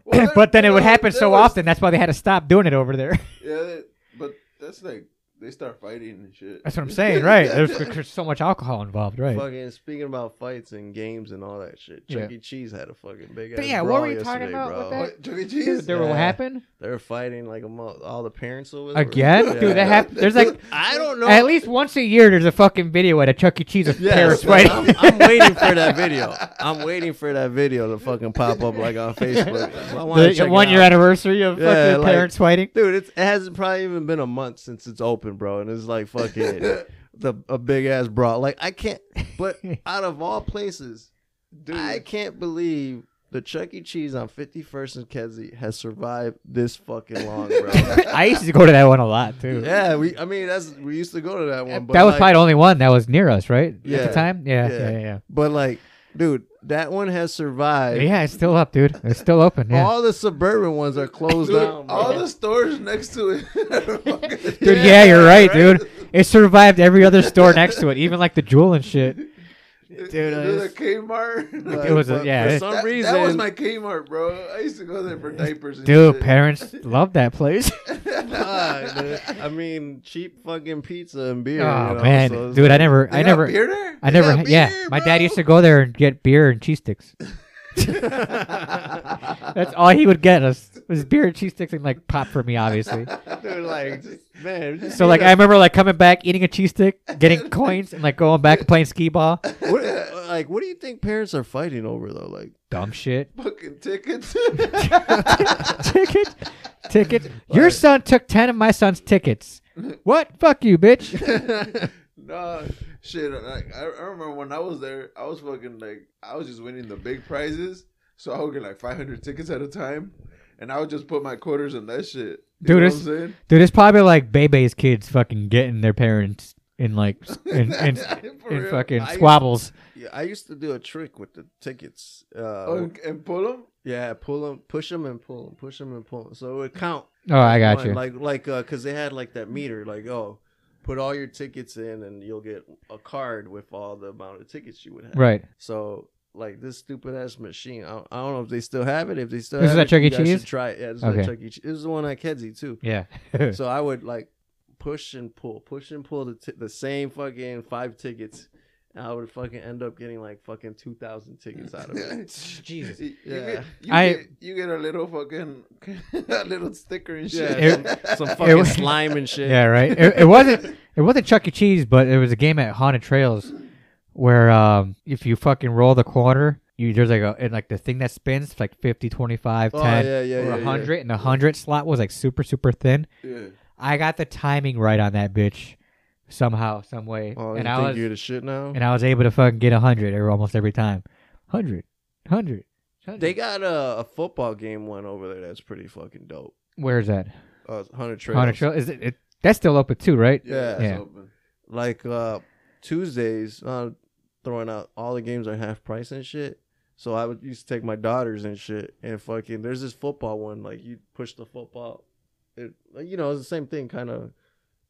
Speaker 2: Well, that-
Speaker 1: but then it would
Speaker 2: no,
Speaker 1: happen
Speaker 2: that
Speaker 1: so
Speaker 2: was-
Speaker 1: often. That's why they had to stop doing it over there.
Speaker 2: Yeah, that- but that's like they start fighting and shit.
Speaker 1: That's what I'm saying, right? There's, there's so much alcohol involved, right?
Speaker 3: Fucking speaking about fights and games and all that shit. Chuck E. Cheese had a fucking big.
Speaker 1: But
Speaker 3: ass
Speaker 1: yeah, what
Speaker 3: brawl
Speaker 1: were you talking
Speaker 3: yesterday,
Speaker 1: about with
Speaker 3: bro.
Speaker 1: that?
Speaker 2: Wait, Chuck E.
Speaker 1: Dude,
Speaker 2: Cheese.
Speaker 1: there will
Speaker 3: Yeah.
Speaker 1: happen
Speaker 3: They're fighting like among all the parents over there.
Speaker 1: again, dude. That hap- There's like
Speaker 3: I don't know.
Speaker 1: at least once a year. There's a fucking video at a Chuck E. Cheese of
Speaker 3: Yes,
Speaker 1: parents
Speaker 3: man,
Speaker 1: fighting.
Speaker 3: I'm, I'm waiting for that video. I'm waiting for that video to fucking pop up like on Facebook. I wanna
Speaker 1: the
Speaker 3: check it
Speaker 1: one year
Speaker 3: out.
Speaker 1: anniversary of
Speaker 3: Yeah,
Speaker 1: fucking
Speaker 3: like-
Speaker 1: parents fighting.
Speaker 3: dude. It's, it hasn't probably even been a month since it's open, bro, and it's like fucking the a big ass brawl. Like I can't, but out of all places,
Speaker 2: Dude,
Speaker 3: I can't believe the Chuck E. Cheese on 51st and Kedzie has survived this fucking long, bro.
Speaker 1: I used to go to that one a lot too.
Speaker 3: yeah, we. I mean, that's we used to go to that one. But
Speaker 1: that was
Speaker 3: like,
Speaker 1: probably the only one that was near us, right? At
Speaker 3: Yeah.
Speaker 1: the time, yeah, yeah,
Speaker 3: Yeah.
Speaker 1: yeah.
Speaker 3: But like, dude, that one has survived.
Speaker 1: Yeah, it's still up, dude. It's still open. Yeah.
Speaker 3: All the suburban ones are closed
Speaker 2: Dude,
Speaker 3: down. bro.
Speaker 2: all the stores next to it. Fucking-
Speaker 1: Dude, yeah, you're right, dude. It survived every other store next to it, even like the jewel and shit.
Speaker 2: Dude,
Speaker 3: Dude,
Speaker 2: it was a
Speaker 3: it's-
Speaker 2: Kmart.
Speaker 3: Like,
Speaker 1: It was a-
Speaker 3: for-
Speaker 1: yeah,
Speaker 3: For
Speaker 1: it-
Speaker 3: some
Speaker 2: that,
Speaker 3: reason,
Speaker 2: that was my Kmart, bro. I used to go there for diapers. And
Speaker 1: Dude,
Speaker 2: shit.
Speaker 1: parents love that place.
Speaker 3: Fuck, dude. I mean, cheap fucking pizza and beer.
Speaker 1: oh
Speaker 3: you know,
Speaker 1: man,
Speaker 3: so it's
Speaker 1: dude, I never,
Speaker 2: They
Speaker 1: I
Speaker 2: got
Speaker 1: never,
Speaker 2: beer there?
Speaker 1: I
Speaker 2: They
Speaker 1: never,
Speaker 2: got
Speaker 1: yeah.
Speaker 2: beer,
Speaker 1: my
Speaker 2: bro?
Speaker 1: dad used to go there and get beer and cheese sticks. That's all he would get us was beer and cheese sticks and like pop for me, obviously.
Speaker 3: Dude, like, man. just
Speaker 1: So
Speaker 3: being
Speaker 1: like,
Speaker 3: a
Speaker 1: I remember like coming back, eating a cheese stick, getting coins, and like going back and playing skee ball.
Speaker 3: what, like, what do you think parents are fighting over though? Like,
Speaker 1: Dumb shit.
Speaker 2: fucking tickets.
Speaker 1: ticket, ticket. Your son took ten of my son's tickets. What? Fuck you, bitch.
Speaker 2: no shit. Like, I, I remember when I was there, I was fucking like I was just winning the big prizes, so I would get like 500 tickets at a time, and I would just put my quarters in that shit. You
Speaker 1: Dude,
Speaker 2: know what
Speaker 1: it's-
Speaker 2: I'm saying?
Speaker 1: Dude, it's probably like Bebe's kids fucking getting their parents in like s- in in,
Speaker 2: For
Speaker 1: in
Speaker 2: real.
Speaker 1: fucking
Speaker 3: I-
Speaker 1: squabbles.
Speaker 3: yeah, I used to do a trick with the tickets. Uh,
Speaker 2: Oh, and, and pull them.
Speaker 3: Yeah, pull them, push them, and pull them, push them, and pull them. So it would count.
Speaker 1: Oh, I got
Speaker 3: One,
Speaker 1: you.
Speaker 3: Like, like, uh, cause they had like that meter. Like, oh, put all your tickets in, and you'll get a card with all the amount of tickets you would have.
Speaker 1: Right.
Speaker 3: So like this stupid ass machine. I don't, I don't know if they still have it. If they still
Speaker 1: This
Speaker 3: have
Speaker 1: is at
Speaker 3: it,
Speaker 1: Chuck E.
Speaker 3: you guys should
Speaker 1: Cheese?
Speaker 3: Try it. Yeah, this
Speaker 1: Okay.
Speaker 3: is at Chuck E. Cheese. This is the one at Kedzie too.
Speaker 1: Yeah.
Speaker 3: So I would like push and pull, push and pull the t- the same fucking five tickets. And I would fucking end up getting like fucking two thousand tickets out of it.
Speaker 1: Jesus.
Speaker 2: You,
Speaker 3: Yeah.
Speaker 2: get, you,
Speaker 1: I-
Speaker 2: get, you get a little fucking a little sticker and shit.
Speaker 3: Yeah, some, some fucking
Speaker 1: wa-
Speaker 3: slime and shit.
Speaker 1: Yeah. Right. It, it wasn't. It wasn't Chuck E. Cheese, but it was a game at Haunted Trails where um if you fucking roll the quarter. You, there's like a and like the thing that spins like 50 25 10
Speaker 3: Oh, yeah, yeah,
Speaker 1: or
Speaker 3: yeah,
Speaker 1: 100 and the 100 slot was like super super thin
Speaker 2: yeah.
Speaker 1: I got the timing right on that bitch somehow, some way,
Speaker 3: Oh,
Speaker 1: and
Speaker 3: you
Speaker 1: I
Speaker 3: think
Speaker 1: was
Speaker 3: you're the shit now?
Speaker 1: and I was able to fucking get a hundred every almost every time, hundred, hundred.
Speaker 3: They got a, a football game one over there that's pretty fucking dope.
Speaker 1: Where's that?
Speaker 3: Uh, Hunter Trails.
Speaker 1: Haunted Trail is it, it? That's still open too, right?
Speaker 2: Yeah,
Speaker 1: Yeah.
Speaker 2: it's open.
Speaker 3: like uh Tuesdays, uh throwing out all the games are half price and shit. So I would used to take my daughters and shit and fucking there's this football one, like you push the football it you know, it's the same thing kinda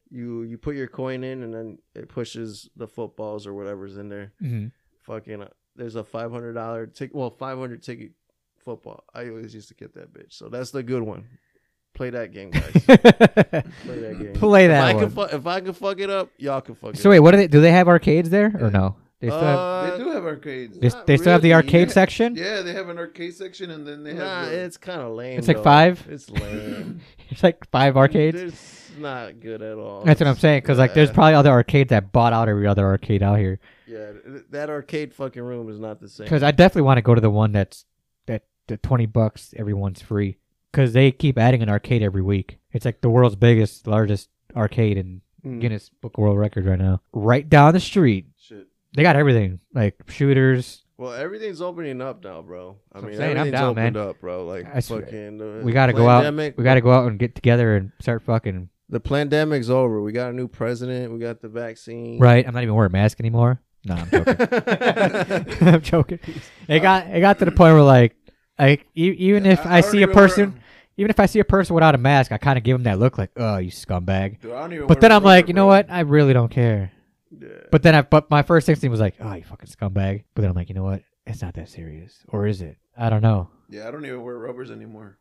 Speaker 3: you you put your coin in and then it pushes the footballs or whatever's in there.
Speaker 1: hmm
Speaker 3: Fucking uh, there's a five hundred dollar ticket well, five hundred ticket football. I always used to get that bitch. So that's the good one. Play that game, guys. Play that game.
Speaker 1: Play that
Speaker 3: if I
Speaker 1: one.
Speaker 3: can fu- if I can fuck it up, y'all can fuck it
Speaker 1: so
Speaker 3: up. Uh,
Speaker 1: wait, what do they? Do they have arcades there or
Speaker 3: Yeah.
Speaker 1: no? They still have,
Speaker 2: they do have arcades.
Speaker 1: they,
Speaker 3: not
Speaker 1: they still have the
Speaker 3: really.
Speaker 1: arcade
Speaker 2: Yeah.
Speaker 1: section.
Speaker 2: yeah, they have an arcade section, and then they
Speaker 3: Nah,
Speaker 2: have. the-
Speaker 3: it's kind of lame.
Speaker 1: It's like
Speaker 3: though.
Speaker 1: five?
Speaker 3: It's lame.
Speaker 1: It's like five arcades.
Speaker 3: It's not good at all.
Speaker 1: That's what I'm saying. Because like, there's
Speaker 3: Yeah.
Speaker 1: probably other arcades that bought out every other arcade out here.
Speaker 3: Yeah, th- that arcade fucking room is not the same.
Speaker 1: Because I definitely want to go to the one that's that the twenty bucks everyone's free. Because they keep adding an arcade every week. It's like the world's biggest, largest arcade in
Speaker 3: Mm.
Speaker 1: Guinness Book of World Records right now. Right down the street,
Speaker 2: shit.
Speaker 1: they got everything like shooters.
Speaker 3: Well, everything's opening up now, bro.
Speaker 1: That's
Speaker 3: I
Speaker 1: what I'm
Speaker 3: mean,
Speaker 1: saying. I'm
Speaker 3: everything's
Speaker 1: down,
Speaker 3: opened
Speaker 1: man.
Speaker 3: up, bro. Like
Speaker 1: I swear.
Speaker 3: fucking. uh,
Speaker 1: We got to go out.
Speaker 3: pandemic-
Speaker 1: We got to go out and get together and start fucking.
Speaker 3: The pandemic's over. We got a new president. We got the vaccine.
Speaker 1: Right? I'm not even wearing a mask anymore. No, I'm joking. I'm joking. It got it got to the point where like, like e- even if I,
Speaker 2: don't
Speaker 1: see a
Speaker 2: even wear-
Speaker 1: person, even if I see a person without a mask, I kind of give them that look like, oh, you scumbag.
Speaker 2: dude, I don't even
Speaker 1: But
Speaker 2: wear
Speaker 1: then
Speaker 2: a
Speaker 1: I'm like,
Speaker 2: rubber,
Speaker 1: you know
Speaker 2: bro.
Speaker 1: what? I really don't care.
Speaker 3: Yeah.
Speaker 1: But then I, but my first instinct was like, oh, you fucking scumbag. But then I'm like, you know what? It's not that serious, or is it? I don't know.
Speaker 2: Yeah, I don't even wear rubbers anymore.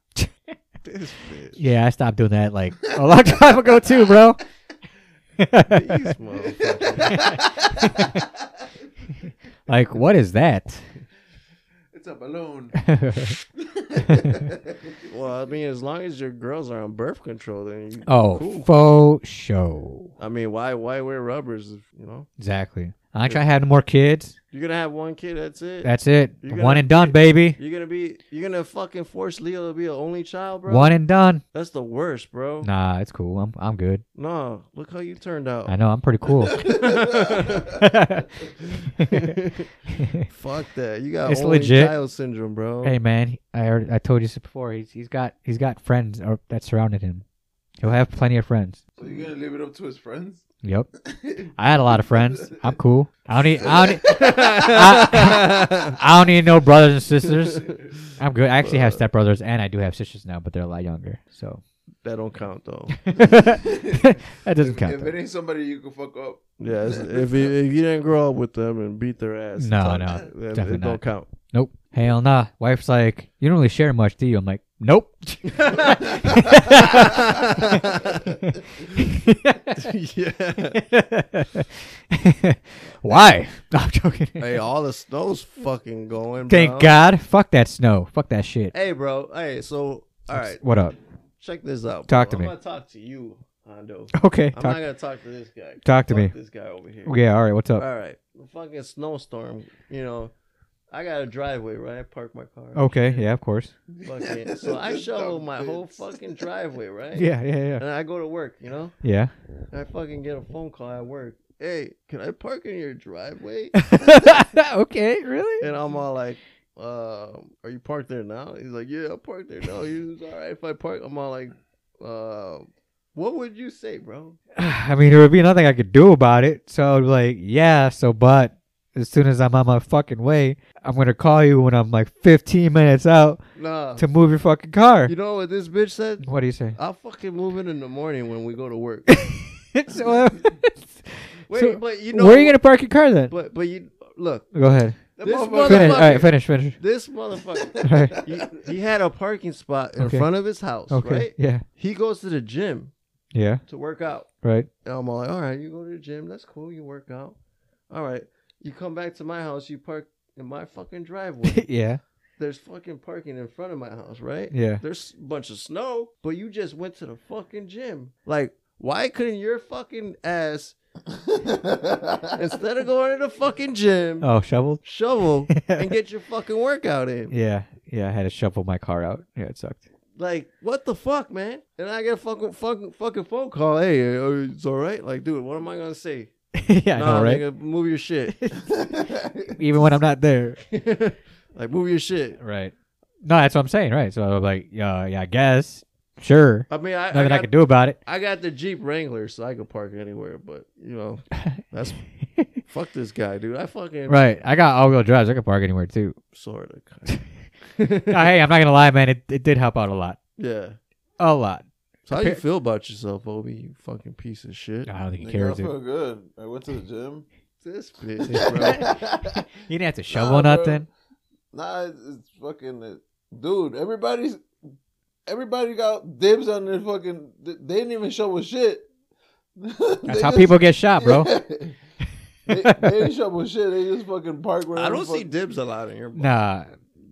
Speaker 3: This bitch.
Speaker 1: Yeah, I stopped doing that like a long time ago too, bro.
Speaker 3: These motherfuckers.
Speaker 1: like, what is that?
Speaker 2: It's a balloon.
Speaker 3: well, I mean, as long as your girls are on birth control, then you,
Speaker 1: oh,
Speaker 3: cool.
Speaker 1: faux show.
Speaker 3: I mean, why why wear rubbers? If, you know,
Speaker 1: Exactly. I ain't trying to have no more kids.
Speaker 3: you're gonna have one kid. That's it.
Speaker 1: That's it.
Speaker 3: You gotta-
Speaker 1: One and done, baby.
Speaker 3: You're gonna be you're gonna fucking force Leo to be an only child, bro.
Speaker 1: One and done.
Speaker 3: That's the worst, bro.
Speaker 1: Nah, it's cool. I'm I'm good.
Speaker 3: No, look how you turned out.
Speaker 1: I know. I'm pretty cool.
Speaker 3: Fuck that. You got
Speaker 1: It's
Speaker 3: only
Speaker 1: legit.
Speaker 3: child syndrome, bro.
Speaker 1: Hey man, I already, I told you this before. He's he's got he's got friends or, that uh, surrounded him. He'll have plenty of friends.
Speaker 2: So you're gonna leave it up to his friends?
Speaker 1: Yep. I had a lot of friends. I'm cool. I don't need. I don't need, I, I don't need no brothers and sisters. I'm good. I actually have stepbrothers and I do have sisters now, but they're a lot younger. So
Speaker 3: That don't count though.
Speaker 1: that doesn't count.
Speaker 2: If
Speaker 1: though.
Speaker 2: it ain't somebody you can fuck up,
Speaker 3: Yeah, it's- if you, if you didn't grow up with them and beat their ass,
Speaker 1: No,
Speaker 3: fuck,
Speaker 1: no,
Speaker 3: then it
Speaker 1: definitely
Speaker 3: don't
Speaker 1: not.
Speaker 3: count.
Speaker 1: Nope. Hell nah. Wife's like, you don't really share much, do you? I'm like, nope.
Speaker 3: yeah.
Speaker 1: Why? No, I'm joking.
Speaker 3: Hey, all the snow's fucking going.
Speaker 1: Thank
Speaker 3: bro.
Speaker 1: God. Fuck that snow. Fuck that shit.
Speaker 3: Hey, bro. Hey, so all right,
Speaker 1: What up?
Speaker 3: check this out.
Speaker 1: Talk
Speaker 3: bro.
Speaker 1: to me.
Speaker 3: I'm gonna talk to you, Hondo.
Speaker 1: Okay.
Speaker 3: I'm
Speaker 1: Talk,
Speaker 3: not gonna talk to this guy.
Speaker 1: talk to
Speaker 3: Fuck
Speaker 1: me.
Speaker 3: This guy over here.
Speaker 1: Yeah. All right. What's up?
Speaker 3: All right. The fucking snowstorm. You know, I got a driveway, right? I park my car.
Speaker 1: Okay. Yeah. Of course.
Speaker 3: Fucking, so I shovel my whole fucking driveway, right?
Speaker 1: Yeah. Yeah. Yeah.
Speaker 3: And I go to work, you know.
Speaker 1: Yeah.
Speaker 3: And I fucking get a phone call at work. Hey, can I park in your driveway?
Speaker 1: okay. Really?
Speaker 3: And I'm all like, um, are you parked there now? He's like, yeah, I'm parked there now. He's all right if I park. I'm all like, uh, what would you say, bro?
Speaker 1: I mean, there would be nothing I could do about it. So I'd be like, yeah. So, but as soon as I'm on my fucking way, I'm gonna call you when I'm like 15 minutes out
Speaker 3: Nah.
Speaker 1: to move your fucking car.
Speaker 3: You know what this bitch said?
Speaker 1: What do you say?
Speaker 3: I'll fucking move in in the morning when we go to work.
Speaker 1: So,
Speaker 3: Wait,
Speaker 1: So,
Speaker 3: but you know
Speaker 1: where are you gonna park your car then?
Speaker 3: But but you look
Speaker 1: Go ahead.
Speaker 3: this
Speaker 2: This
Speaker 3: motherfucker.
Speaker 1: Finish. All right. Finish. Finish.
Speaker 3: This motherfucker.
Speaker 1: All right.
Speaker 3: he, he had a parking spot in
Speaker 1: Okay.
Speaker 3: front of his house,
Speaker 1: Okay.
Speaker 3: right?
Speaker 1: Yeah.
Speaker 3: He goes to the gym
Speaker 1: Yeah.
Speaker 3: to work out.
Speaker 1: Right.
Speaker 3: And I'm all like, all right, you go to the gym. That's cool. You work out. All right. You come back to my house. You park in my fucking driveway.
Speaker 1: yeah.
Speaker 3: There's fucking parking in front of my house, right?
Speaker 1: Yeah.
Speaker 3: There's a bunch of snow, but you just went to the fucking gym. Like, why couldn't your fucking ass, instead of going to the fucking gym,
Speaker 1: Oh, shoveled.
Speaker 3: shovel and get your fucking workout in?
Speaker 1: Yeah, yeah, I had to shuffle my car out. Yeah, it sucked.
Speaker 3: Like, what the fuck, man? And I get a fucking, fucking, fucking phone call. Hey, uh, it's all right. Like, dude, what am I going to say?
Speaker 1: yeah, I
Speaker 3: nah,
Speaker 1: know, right?
Speaker 3: nigga, move your shit.
Speaker 1: Even when I'm not there.
Speaker 3: like move your shit.
Speaker 1: Right. No, that's what I'm saying, right? So I was like, yeah, yeah, I guess. Sure.
Speaker 3: I mean, I I
Speaker 1: Nothing
Speaker 3: got,
Speaker 1: I, could do about it.
Speaker 3: I got the Jeep Wrangler, so I could park anywhere. But you know, that's fuck this guy, dude. I fucking
Speaker 1: Right. I got all wheel drives. I could park anywhere too.
Speaker 3: sort
Speaker 1: No,
Speaker 3: of.
Speaker 1: hey, I'm not gonna lie, man. It it did help out a lot.
Speaker 3: yeah.
Speaker 1: A lot.
Speaker 3: So how you feel about yourself, Obi? You fucking piece of shit.
Speaker 1: I don't think he
Speaker 2: Nigga, I
Speaker 1: cares. Dude.
Speaker 2: feel good. I went to the gym.
Speaker 3: This bitch, bro.
Speaker 1: You didn't have to shovel
Speaker 2: Nah, bro.
Speaker 1: nothing.
Speaker 2: Nah, it's, it's fucking uh, dude. Everybody's everybody got dibs on their fucking. They didn't even shovel shit.
Speaker 1: That's how people get shot, bro.
Speaker 2: they, they didn't shovel shit. They just fucking park. wherever
Speaker 3: I don't
Speaker 2: the
Speaker 3: see dibs a lot in here. but
Speaker 1: Nah.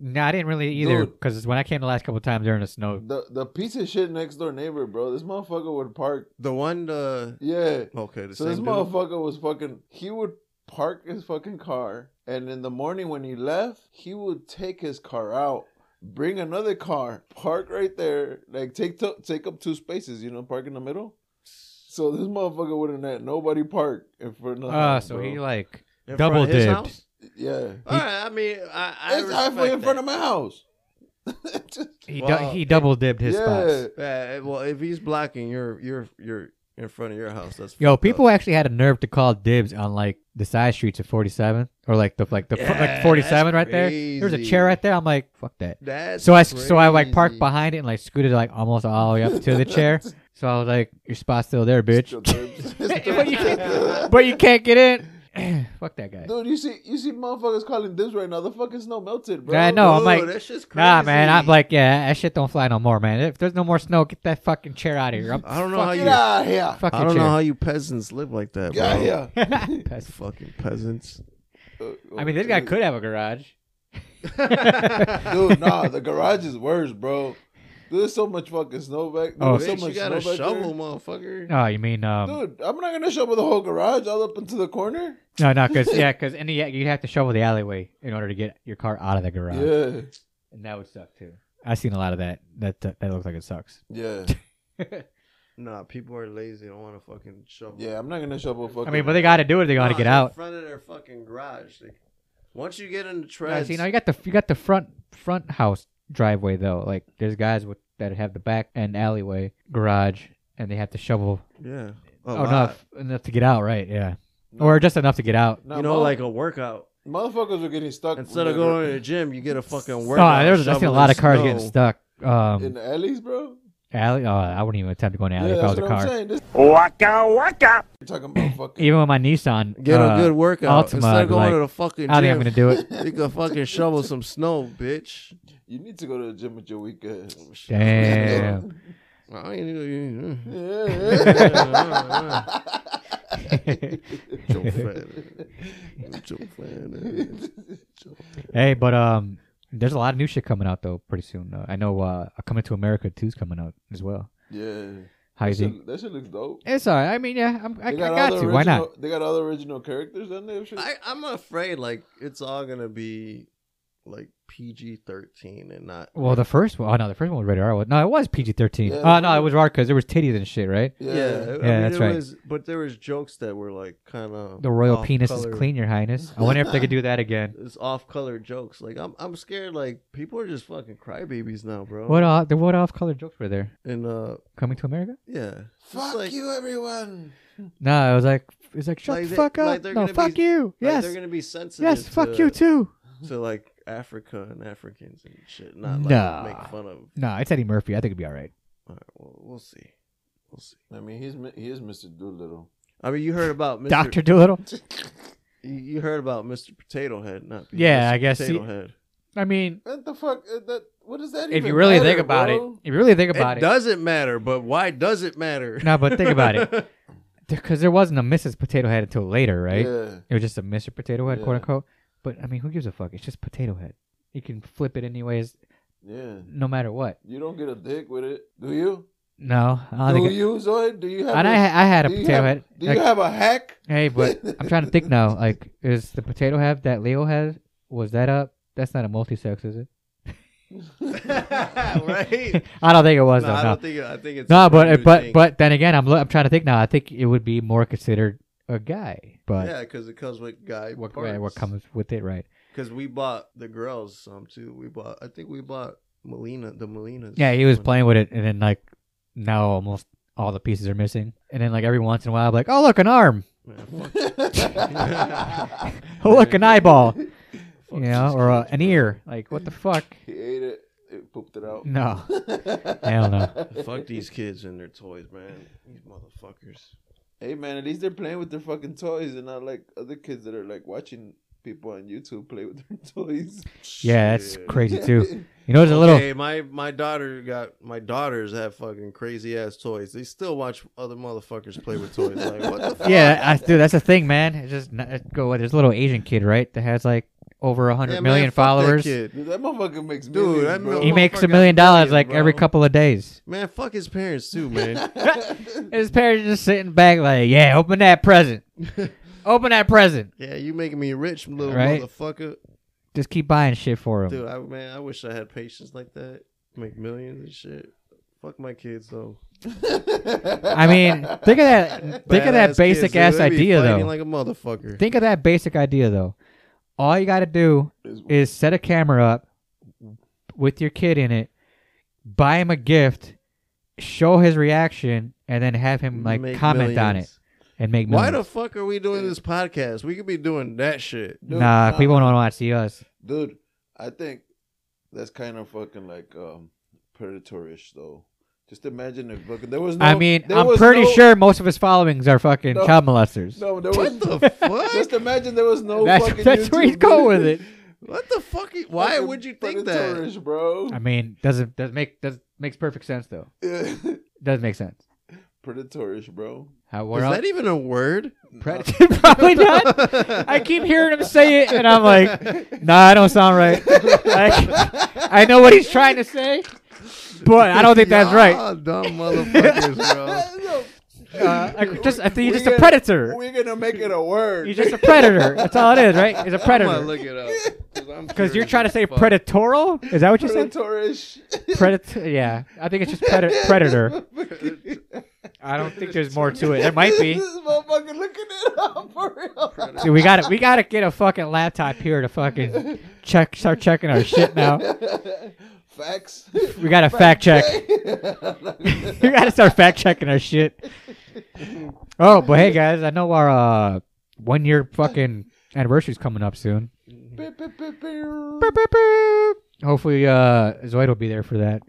Speaker 1: Nah, I didn't really either.
Speaker 2: Dude.
Speaker 1: Because when I came the last couple times during the snow,
Speaker 2: fuck- the the piece of shit next door neighbor, bro. This motherfucker would park.
Speaker 3: The one, the
Speaker 2: Yeah.
Speaker 3: okay, the
Speaker 2: So
Speaker 3: same
Speaker 2: this
Speaker 3: dude.
Speaker 2: motherfucker was fucking. He would park his fucking car, and in the morning when he left, he would take his car out, bring another car, park right there, like take t- take up two spaces, you know, park in the middle. So this motherfucker wouldn't let nobody park in front of.
Speaker 1: uh,
Speaker 2: him,
Speaker 1: so
Speaker 2: bro.
Speaker 1: he like
Speaker 3: In front
Speaker 1: double
Speaker 3: of his
Speaker 1: dipped.
Speaker 3: house?
Speaker 2: yeah,
Speaker 3: All right, I mean, I, I
Speaker 2: it's halfway in front of my house.
Speaker 1: he
Speaker 3: Well,
Speaker 1: du- he double dibbed his
Speaker 2: yeah,
Speaker 1: spots.
Speaker 3: Yeah, well, if he's blocking your your your in front of your house, that's
Speaker 1: Yo,
Speaker 3: fucked up.
Speaker 1: people actually had a nerve to call dibs on like the side streets of 47 or like the like the
Speaker 3: Yeah,
Speaker 1: like 47
Speaker 3: that's
Speaker 1: right there. There was a chair
Speaker 3: crazy.
Speaker 1: right there. I'm like, fuck that.
Speaker 3: That's
Speaker 1: So I so I like parked
Speaker 3: crazy.
Speaker 1: behind it and like scooted like almost all the way up to the chair. So I was like, your spot's still there, bitch.
Speaker 2: Still dibs.
Speaker 1: but, you can't, but you can't get in. fuck that guy.
Speaker 2: Dude, you see, you see, motherfuckers calling dibs right now. The fucking snow melted, bro.
Speaker 1: Yeah, I know. oh, I'm
Speaker 3: Dude,
Speaker 1: like,
Speaker 3: that shit's crazy.
Speaker 1: Nah, man. I'm like, yeah, that shit don't fly no more, man. If there's no more snow, get that fucking chair out of here. I'm,
Speaker 3: I don't know how
Speaker 2: Get
Speaker 3: you.
Speaker 2: out of here.
Speaker 1: fuck
Speaker 3: I
Speaker 1: your
Speaker 3: don't know
Speaker 1: chair.
Speaker 3: how you peasants live like that,
Speaker 2: Get out of
Speaker 3: bro.
Speaker 2: here.
Speaker 1: Pest.
Speaker 3: Fucking peasants.
Speaker 2: Oh,
Speaker 1: I mean, this guy could have a garage.
Speaker 2: Dude, nah, the garage is worse, bro. There's so much fucking snow back. There
Speaker 1: Oh,
Speaker 2: was so
Speaker 3: Bitch,
Speaker 2: much
Speaker 3: you got a
Speaker 2: snow back
Speaker 3: shovel, motherfucker.
Speaker 1: Oh, you mean um?
Speaker 2: there. Dude, I'm not gonna shovel the whole garage all up into the corner.
Speaker 1: No, no, because yeah, because and yeah, you'd have to shovel the alleyway in order to get your car out of the garage,
Speaker 2: Yeah,
Speaker 1: and that would suck too. I've seen a lot of that. That that, that looks like it sucks.
Speaker 2: yeah,
Speaker 3: Nah, people are lazy. Don't want to fucking shovel.
Speaker 2: yeah. I'm not gonna shovel fucking.
Speaker 1: I mean, but they got to do it. They got to
Speaker 3: Nah,
Speaker 1: get
Speaker 3: in
Speaker 1: out.
Speaker 3: front of their fucking garage. They- once you get in the
Speaker 1: Now,
Speaker 3: trash,
Speaker 1: see, now you got the you got the front front house driveway though. Like there's guys with that have the back and alleyway garage, and they have to shovel
Speaker 3: Yeah. A
Speaker 1: oh,
Speaker 3: lot.
Speaker 1: enough enough to get out, right? Yeah, or just enough to get out.
Speaker 2: No,
Speaker 3: you know, like a workout.
Speaker 2: motherfuckers were getting stuck
Speaker 3: Instead of
Speaker 2: with their-
Speaker 3: going to the gym, you get a fucking
Speaker 1: Oh,
Speaker 3: workout.
Speaker 1: there's I seen a
Speaker 3: shoveling
Speaker 1: lot of cars
Speaker 3: snow.
Speaker 1: getting stuck. Um,
Speaker 2: in the alleys, bro.
Speaker 1: alley. Oh, I wouldn't even attempt to go in an alley
Speaker 2: yeah,
Speaker 1: if I
Speaker 2: that's
Speaker 1: was a
Speaker 2: what I'm
Speaker 1: car.
Speaker 2: saying. This
Speaker 4: Waka waka.
Speaker 2: you're talking about fucking.
Speaker 1: Even with my Nissan,
Speaker 3: Get
Speaker 1: uh,
Speaker 3: a good workout.
Speaker 1: Altima,
Speaker 3: Instead
Speaker 1: I'd
Speaker 3: of going
Speaker 1: like-
Speaker 3: to the fucking
Speaker 1: I don't think I'm
Speaker 3: gym,
Speaker 1: gonna do it.
Speaker 3: you can fucking shovel some snow, bitch.
Speaker 2: You need to go to the gym with your weak ass.
Speaker 3: Oh,
Speaker 1: Damn.
Speaker 3: I ain't even-
Speaker 2: Yeah.
Speaker 3: Joe Fat- Joe Fat-
Speaker 1: Hey, but um, there's a lot of new shit coming out though. Pretty soon, uh, I know. Uh, Coming to America 2's coming out as well.
Speaker 2: yeah.
Speaker 1: How you
Speaker 2: That
Speaker 1: think?
Speaker 2: shit, that shit looks dope.
Speaker 1: It's alright. I mean, yeah, I'm, I, I
Speaker 2: They all
Speaker 1: got
Speaker 2: the
Speaker 1: to. Why not?
Speaker 2: original- They got all the original characters, don't they? Shit?
Speaker 3: I, I'm afraid like it's all gonna be like PG thirteen and not
Speaker 1: Well, the first one. Oh no, the first one was rated R. wasn't- No, it was PG-13.
Speaker 2: Yeah.
Speaker 1: oh no, it was R because there was titties and shit, right?
Speaker 3: yeah, I mean,
Speaker 1: that's
Speaker 3: it
Speaker 1: right.
Speaker 3: Was, but there was jokes that were like kind of
Speaker 1: The royal penis is clean, your highness. I wonder if they could do that again.
Speaker 3: It's off color jokes. Like I'm I'm scared. Like people are just fucking crybabies now, bro.
Speaker 1: What off? The what off-color jokes were there?
Speaker 3: And uh,
Speaker 1: Coming to America?
Speaker 3: yeah, Just
Speaker 2: Fuck
Speaker 3: like,
Speaker 2: you, everyone.
Speaker 1: No, it was like it's like shut
Speaker 3: Like
Speaker 1: the
Speaker 3: they-
Speaker 1: fuck
Speaker 3: like
Speaker 1: up.
Speaker 3: they're
Speaker 1: no,
Speaker 3: gonna
Speaker 1: fuck
Speaker 3: be-
Speaker 1: you.
Speaker 3: Like,
Speaker 1: Yes,
Speaker 3: they're gonna be sensitive.
Speaker 1: yes,
Speaker 3: to,
Speaker 1: fuck you too.
Speaker 3: To like Africa and Africans and shit, not like
Speaker 1: Nah.
Speaker 3: make fun of.
Speaker 1: No, it's Eddie Murphy. I think it'd be all right.
Speaker 3: All right, well, we'll see. We'll see.
Speaker 2: I mean, he's mi- he is Mr. Doolittle.
Speaker 3: I mean, you heard about Mr.
Speaker 1: Doctor Doolittle.
Speaker 3: You, you heard about Mr. Potato Head, not being
Speaker 1: Yeah,
Speaker 3: Mr.
Speaker 1: I guess
Speaker 3: Potato
Speaker 1: he-
Speaker 3: Head.
Speaker 1: I mean,
Speaker 2: What the fuck? uh, That what does that?
Speaker 1: if
Speaker 2: even
Speaker 1: you really
Speaker 2: matter,
Speaker 1: think about
Speaker 2: bro?
Speaker 1: it, if you really think about
Speaker 3: it,
Speaker 1: it,
Speaker 3: doesn't matter, but why does it matter?
Speaker 1: No, but think about it. because there wasn't a Mrs. Potato Head until later, right?
Speaker 2: Yeah.
Speaker 1: It was just a Mr. Potato Head, quote
Speaker 2: Yeah.
Speaker 1: unquote. But I mean, who gives a fuck? It's just Potato Head. You can flip it anyways,
Speaker 2: Yeah.
Speaker 1: no matter what.
Speaker 2: You don't get a dick with it, do you?
Speaker 1: No, I don't
Speaker 2: do
Speaker 1: think.
Speaker 2: you, Zoid? Do you have?
Speaker 1: I, and
Speaker 2: a,
Speaker 1: I, ha- I had a
Speaker 2: do you
Speaker 1: potato
Speaker 2: have-
Speaker 1: head.
Speaker 2: Do
Speaker 1: Like,
Speaker 2: you have a hack?
Speaker 1: hey, but I'm trying to think now. Like, is the potato head that Leo has? Was that up? That's not a multi-sex, is it?
Speaker 3: right?
Speaker 1: I don't think it was
Speaker 3: No,
Speaker 1: though. no.
Speaker 3: I don't think. I think it's
Speaker 1: no,
Speaker 3: a brand
Speaker 1: but
Speaker 3: new
Speaker 1: but
Speaker 3: thing.
Speaker 1: but then again, I'm lo- I'm trying to think now. I think it would be more considered a guy, but
Speaker 3: yeah, because it comes with guy
Speaker 1: what what comes with it, right?
Speaker 3: Because we bought the girls some too. We bought. I think we bought Melina. The Melinas.
Speaker 1: Yeah, he was
Speaker 3: one.
Speaker 1: playing with it, and then like now almost all the pieces are missing, and then like every once in a while, I'm like, oh look, an arm,
Speaker 3: Man, fuck-
Speaker 1: oh look, an eyeball, you
Speaker 3: fuck
Speaker 1: know,
Speaker 3: these
Speaker 1: or uh,
Speaker 3: kids,
Speaker 1: an
Speaker 3: bro.
Speaker 1: ear. Like what the fuck?
Speaker 2: he ate it. It pooped it out.
Speaker 1: No,
Speaker 2: Hell
Speaker 1: Hell no.
Speaker 3: Fuck these kids and their toys, man. These motherfuckers.
Speaker 2: Hey man, at least they're playing with their fucking toys and not like other kids that are like watching people on YouTube play with their toys.
Speaker 1: yeah, that's
Speaker 3: Shit.
Speaker 1: crazy too. You know, there's a little.
Speaker 3: Hey, my my daughter got my daughters have fucking crazy ass toys. They still watch other motherfuckers play with toys. Like what the fuck?
Speaker 1: Yeah, I, dude, that's the thing, man. It's just not, it go. There's a little Asian kid, right, that has like over a
Speaker 3: Yeah,
Speaker 1: hundred
Speaker 3: man,
Speaker 1: million
Speaker 3: fuck that
Speaker 1: followers.
Speaker 3: kid.
Speaker 2: Dude, that motherfucker makes
Speaker 3: Dude,
Speaker 2: millions,
Speaker 3: that
Speaker 2: bro.
Speaker 1: He
Speaker 3: motherfucker-
Speaker 1: makes a
Speaker 3: got
Speaker 1: million dollars
Speaker 3: millions,
Speaker 1: like
Speaker 3: bro.
Speaker 1: every couple of days.
Speaker 3: Man, fuck his parents too, man.
Speaker 1: His parents just sitting back like, yeah, open that present, open that present.
Speaker 3: yeah, you making me rich, little
Speaker 1: Right?
Speaker 3: motherfucker.
Speaker 1: Just keep buying shit for him.
Speaker 3: Dude, I man, I wish I had patience like that. Make millions and shit. Fuck my kids though.
Speaker 1: I mean, think of that. Think of that
Speaker 3: Badass
Speaker 1: basic
Speaker 3: kids, dude.
Speaker 1: ass
Speaker 3: They be
Speaker 1: idea
Speaker 3: fighting
Speaker 1: though.
Speaker 3: Like a motherfucker.
Speaker 1: think of that basic idea though. All you got to do is set a camera up with your kid in it, buy him a gift, show his reaction, and then have him like
Speaker 3: Make
Speaker 1: comment on it
Speaker 3: millions.
Speaker 1: and make.
Speaker 3: Why the
Speaker 1: millions.
Speaker 3: fuck are we doing this podcast? We could be doing that shit.
Speaker 2: Dude,
Speaker 1: nah,
Speaker 2: nah,
Speaker 1: people
Speaker 2: man.
Speaker 1: don't want to see us.
Speaker 2: Dude, I think that's kind of fucking like um predatorish though. Just imagine if fucking there was no
Speaker 1: I mean,
Speaker 2: there
Speaker 1: I'm
Speaker 2: was
Speaker 1: pretty
Speaker 2: no-
Speaker 1: sure most of his followings are fucking
Speaker 2: No.
Speaker 1: child molesters.
Speaker 2: No, there was
Speaker 3: What the fuck?
Speaker 2: Just imagine there was
Speaker 3: Oh,
Speaker 2: no
Speaker 1: That's-
Speaker 2: fucking
Speaker 1: that's where
Speaker 2: YouTube
Speaker 1: he's going with
Speaker 2: video.
Speaker 1: it.
Speaker 3: What the fuck? you- Why
Speaker 2: Fucking
Speaker 3: would you think that?
Speaker 2: predatorish, bro?
Speaker 1: I mean, doesn't does make does makes perfect sense though. Does make sense.
Speaker 2: predatorish, bro.
Speaker 1: How
Speaker 3: Is
Speaker 1: we're
Speaker 3: that even a word?
Speaker 1: Predator? Probably not. I keep hearing him say it, and I'm like, nah, I don't sound right. Like, I know what he's trying to say, but I don't think that's right.
Speaker 3: Y'all dumb motherfuckers, bro.
Speaker 1: Uh, like, just I think you're
Speaker 2: We
Speaker 1: just a
Speaker 2: gotta-
Speaker 1: predator.
Speaker 2: We're gonna make it a word.
Speaker 1: You're just a predator. That's all it is, right? It's a
Speaker 3: I'm
Speaker 1: predator.
Speaker 3: gonna look it up.
Speaker 1: Because you're trying to say predatorial? Is that what you said?
Speaker 2: predatorish.
Speaker 1: Predator. Yeah, I think it's just pred- predator. I don't think there's more to it. There might be.
Speaker 2: This motherfucker looking it up for real.
Speaker 1: Dude, we gotta we gotta get a fucking laptop here to fucking check start checking our shit now.
Speaker 2: Facts.
Speaker 1: We gotta fact check. we gotta start fact checking our shit. Oh, but hey guys, I know our uh, one year fucking anniversary's coming up soon.
Speaker 2: Beep, beep, beep, beep.
Speaker 1: Boop, boop, boop. Hopefully, uh, Zoid will be there for that.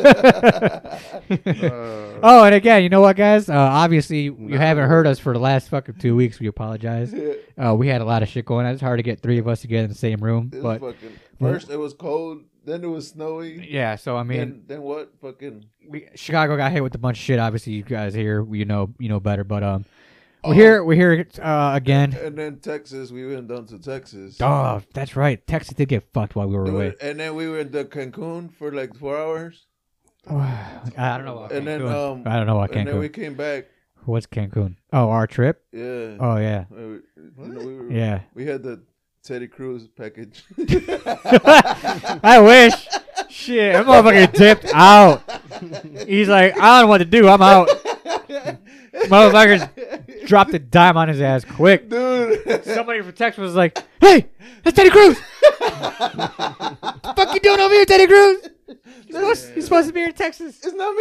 Speaker 2: Uh,
Speaker 1: oh, and again, you know what, guys? Uh, obviously, you haven't heard us for the last fucking two weeks. We apologize. Uh, we had a lot of shit going on. It's hard to get three of us together in the same room,
Speaker 2: This
Speaker 1: but
Speaker 2: fucking, first it was cold, then it was snowy.
Speaker 1: yeah. So I mean,
Speaker 2: then, then what? Fucking.
Speaker 1: we, Chicago got hit with a bunch of shit. Obviously, you guys here, you know, you know better. But um,
Speaker 2: Oh.
Speaker 1: we're here, we're here uh, again.
Speaker 2: And then Texas, we went down to Texas.
Speaker 1: Oh, that's right. Texas did get fucked while we were away.
Speaker 2: And then we went to Cancun for like four hours.
Speaker 1: I don't know. About
Speaker 2: Uh, And then,
Speaker 1: Cancun.
Speaker 2: um,
Speaker 1: I don't know about
Speaker 2: And then
Speaker 1: Cancun.
Speaker 2: we came back.
Speaker 1: What's Cancun? Oh, our trip.
Speaker 2: Yeah.
Speaker 1: Oh yeah,
Speaker 2: Uh, you know, we were-
Speaker 1: yeah.
Speaker 2: We had the Teddy Cruz package.
Speaker 1: I wish. Shit, that motherfucker dipped out. He's like, I don't know what to do. I'm out. Motherfuckers dropped a dime on his ass quick.
Speaker 2: Dude.
Speaker 1: Somebody from Texas was like, Hey, that's Teddy Cruz. the fuck you doing over here, Teddy Cruz? He's supposed, he's supposed to be here in Texas.
Speaker 2: It's not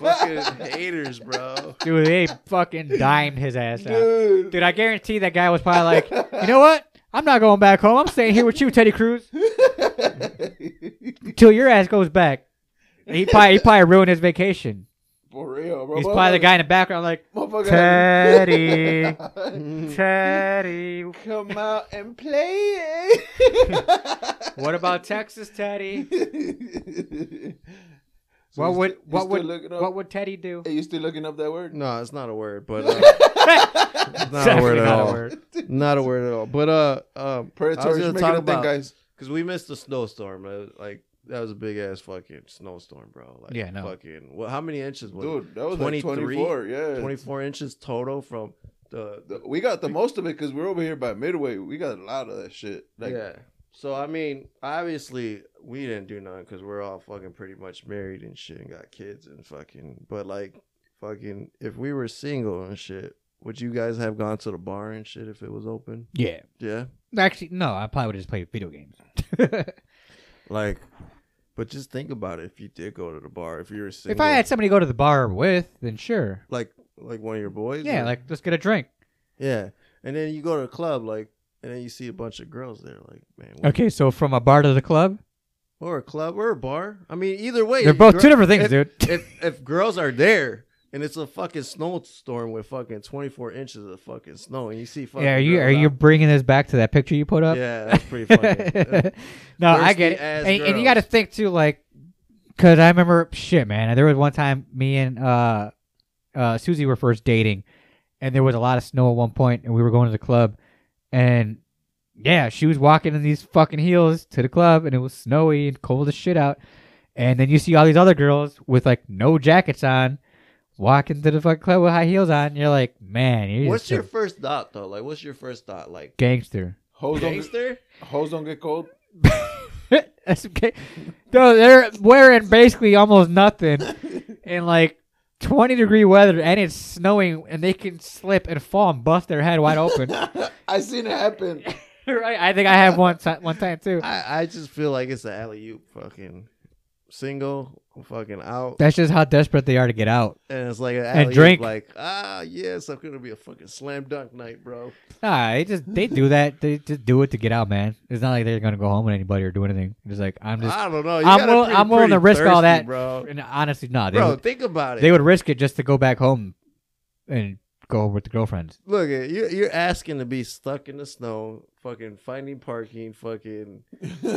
Speaker 2: me.
Speaker 3: Fucking haters, bro.
Speaker 1: Dude, they fucking dimed his ass out.
Speaker 2: Dude.
Speaker 1: Dude, I guarantee that guy was probably like, You know what? I'm not going back home. I'm staying here with you, Teddy Cruz. Till your ass goes back. He probably, he probably ruined his vacation.
Speaker 2: For real, bro.
Speaker 1: He's probably the guy in the background, like,
Speaker 2: Motherfucker-
Speaker 1: Teddy. Teddy.
Speaker 2: Come out and play.
Speaker 1: What about Texas, Teddy?
Speaker 2: So
Speaker 1: What
Speaker 2: you
Speaker 1: would
Speaker 2: st- you
Speaker 1: what
Speaker 2: still
Speaker 1: would
Speaker 2: looking up?
Speaker 1: what would Teddy do?
Speaker 2: Hey, you still looking up that word?
Speaker 3: No, it's not a word, but uh, it's not a
Speaker 1: Definitely
Speaker 3: word at
Speaker 1: not a
Speaker 3: all.
Speaker 1: word.
Speaker 3: Not a word at all. But uh, uh
Speaker 2: Prayer
Speaker 3: I was
Speaker 2: torch,
Speaker 3: gonna
Speaker 2: make
Speaker 3: talk
Speaker 2: it a thing,
Speaker 3: about-
Speaker 2: guys.
Speaker 3: because we missed the snowstorm. uh, Like that was a big ass fucking snowstorm, bro. Like,
Speaker 1: Yeah, no.
Speaker 3: Fucking. Well, how many inches was
Speaker 2: Dude, that was like
Speaker 3: 23?
Speaker 2: 24. Yeah.
Speaker 3: it? Twenty-four inches total from the.
Speaker 2: The- We got the most of it because we're over here by Midway. We got a lot of that shit. Like,
Speaker 3: yeah. So I mean, obviously we didn't do nothing because we're all fucking pretty much married and shit and got kids and fucking. But like, fucking, if we were single and shit, would you guys have gone to the bar and shit if it was open?
Speaker 1: Yeah.
Speaker 3: Yeah.
Speaker 1: Actually, no. I probably would just play video games.
Speaker 3: Like, but just think about it. If you did go to the bar, if you were single,
Speaker 1: if I had somebody to go to the bar with, then sure.
Speaker 3: like like one of your boys,
Speaker 1: Yeah,
Speaker 3: or-
Speaker 1: like let's get a drink.
Speaker 3: yeah. And then you go to a club, like, and then you see a bunch of girls there, like, man, what-
Speaker 1: Okay, so from a bar to the club,
Speaker 3: or a club or a bar. I mean, either way,
Speaker 1: they're
Speaker 3: if
Speaker 1: both
Speaker 3: gir-
Speaker 1: two different things,
Speaker 3: if,
Speaker 1: dude.
Speaker 3: if if girls are there. And it's a fucking snowstorm with fucking twenty four inches of fucking snow, and you see fucking.
Speaker 1: yeah, are you
Speaker 3: girls
Speaker 1: are you
Speaker 3: out-
Speaker 1: bringing this back to that picture you put up?
Speaker 3: Yeah, that's pretty funny.
Speaker 1: no, I get it.
Speaker 3: Thirsty ass
Speaker 1: And, and you
Speaker 3: girls.
Speaker 1: got to think too, like, because I remember shit, man. There was one time me and uh, uh, Susie were first dating, and there was a lot of snow at one point, and we were going to the club, and yeah, she was walking in these fucking heels to the club, and it was snowy and cold as shit out, and then you see all these other girls with like no jackets on. Walking to the fucking club with high heels on, and you're like, man, you're
Speaker 3: what's
Speaker 1: just
Speaker 3: your
Speaker 1: a
Speaker 3: first thought though? Like, what's your first thought? Like,
Speaker 1: gangster.
Speaker 2: hoes, don't get,
Speaker 3: gangster?
Speaker 2: hoes don't get cold.
Speaker 1: That's okay. No, they're wearing basically almost nothing in like 20 degree weather and it's snowing and they can slip and fall and bust their head wide open.
Speaker 2: I seen it happen.
Speaker 1: right? I think I have one time, one time too.
Speaker 3: I, I just feel like it's an alley oop fucking single fucking out.
Speaker 1: That's just how desperate they are to get out.
Speaker 3: and it's like an alley-oop,
Speaker 1: drink.
Speaker 3: like ah yes, I'm gonna be a fucking slam dunk night, bro.
Speaker 1: Nah, they just they do that. They just do it to get out, man. It's not like they're gonna go home with anybody or do anything. It's like I'm just
Speaker 3: I don't know. You
Speaker 1: I'm
Speaker 3: gotta
Speaker 1: will-
Speaker 3: be
Speaker 1: I'm willing to
Speaker 3: pretty
Speaker 1: risk all
Speaker 3: thirsty,
Speaker 1: that.
Speaker 3: bro.
Speaker 1: and honestly, no, they
Speaker 3: Bro,
Speaker 1: would,
Speaker 3: think about it.
Speaker 1: they would risk it just to go back home and go with the girlfriends.
Speaker 3: Look, you're you're asking to be stuck in the snow, fucking finding parking, fucking.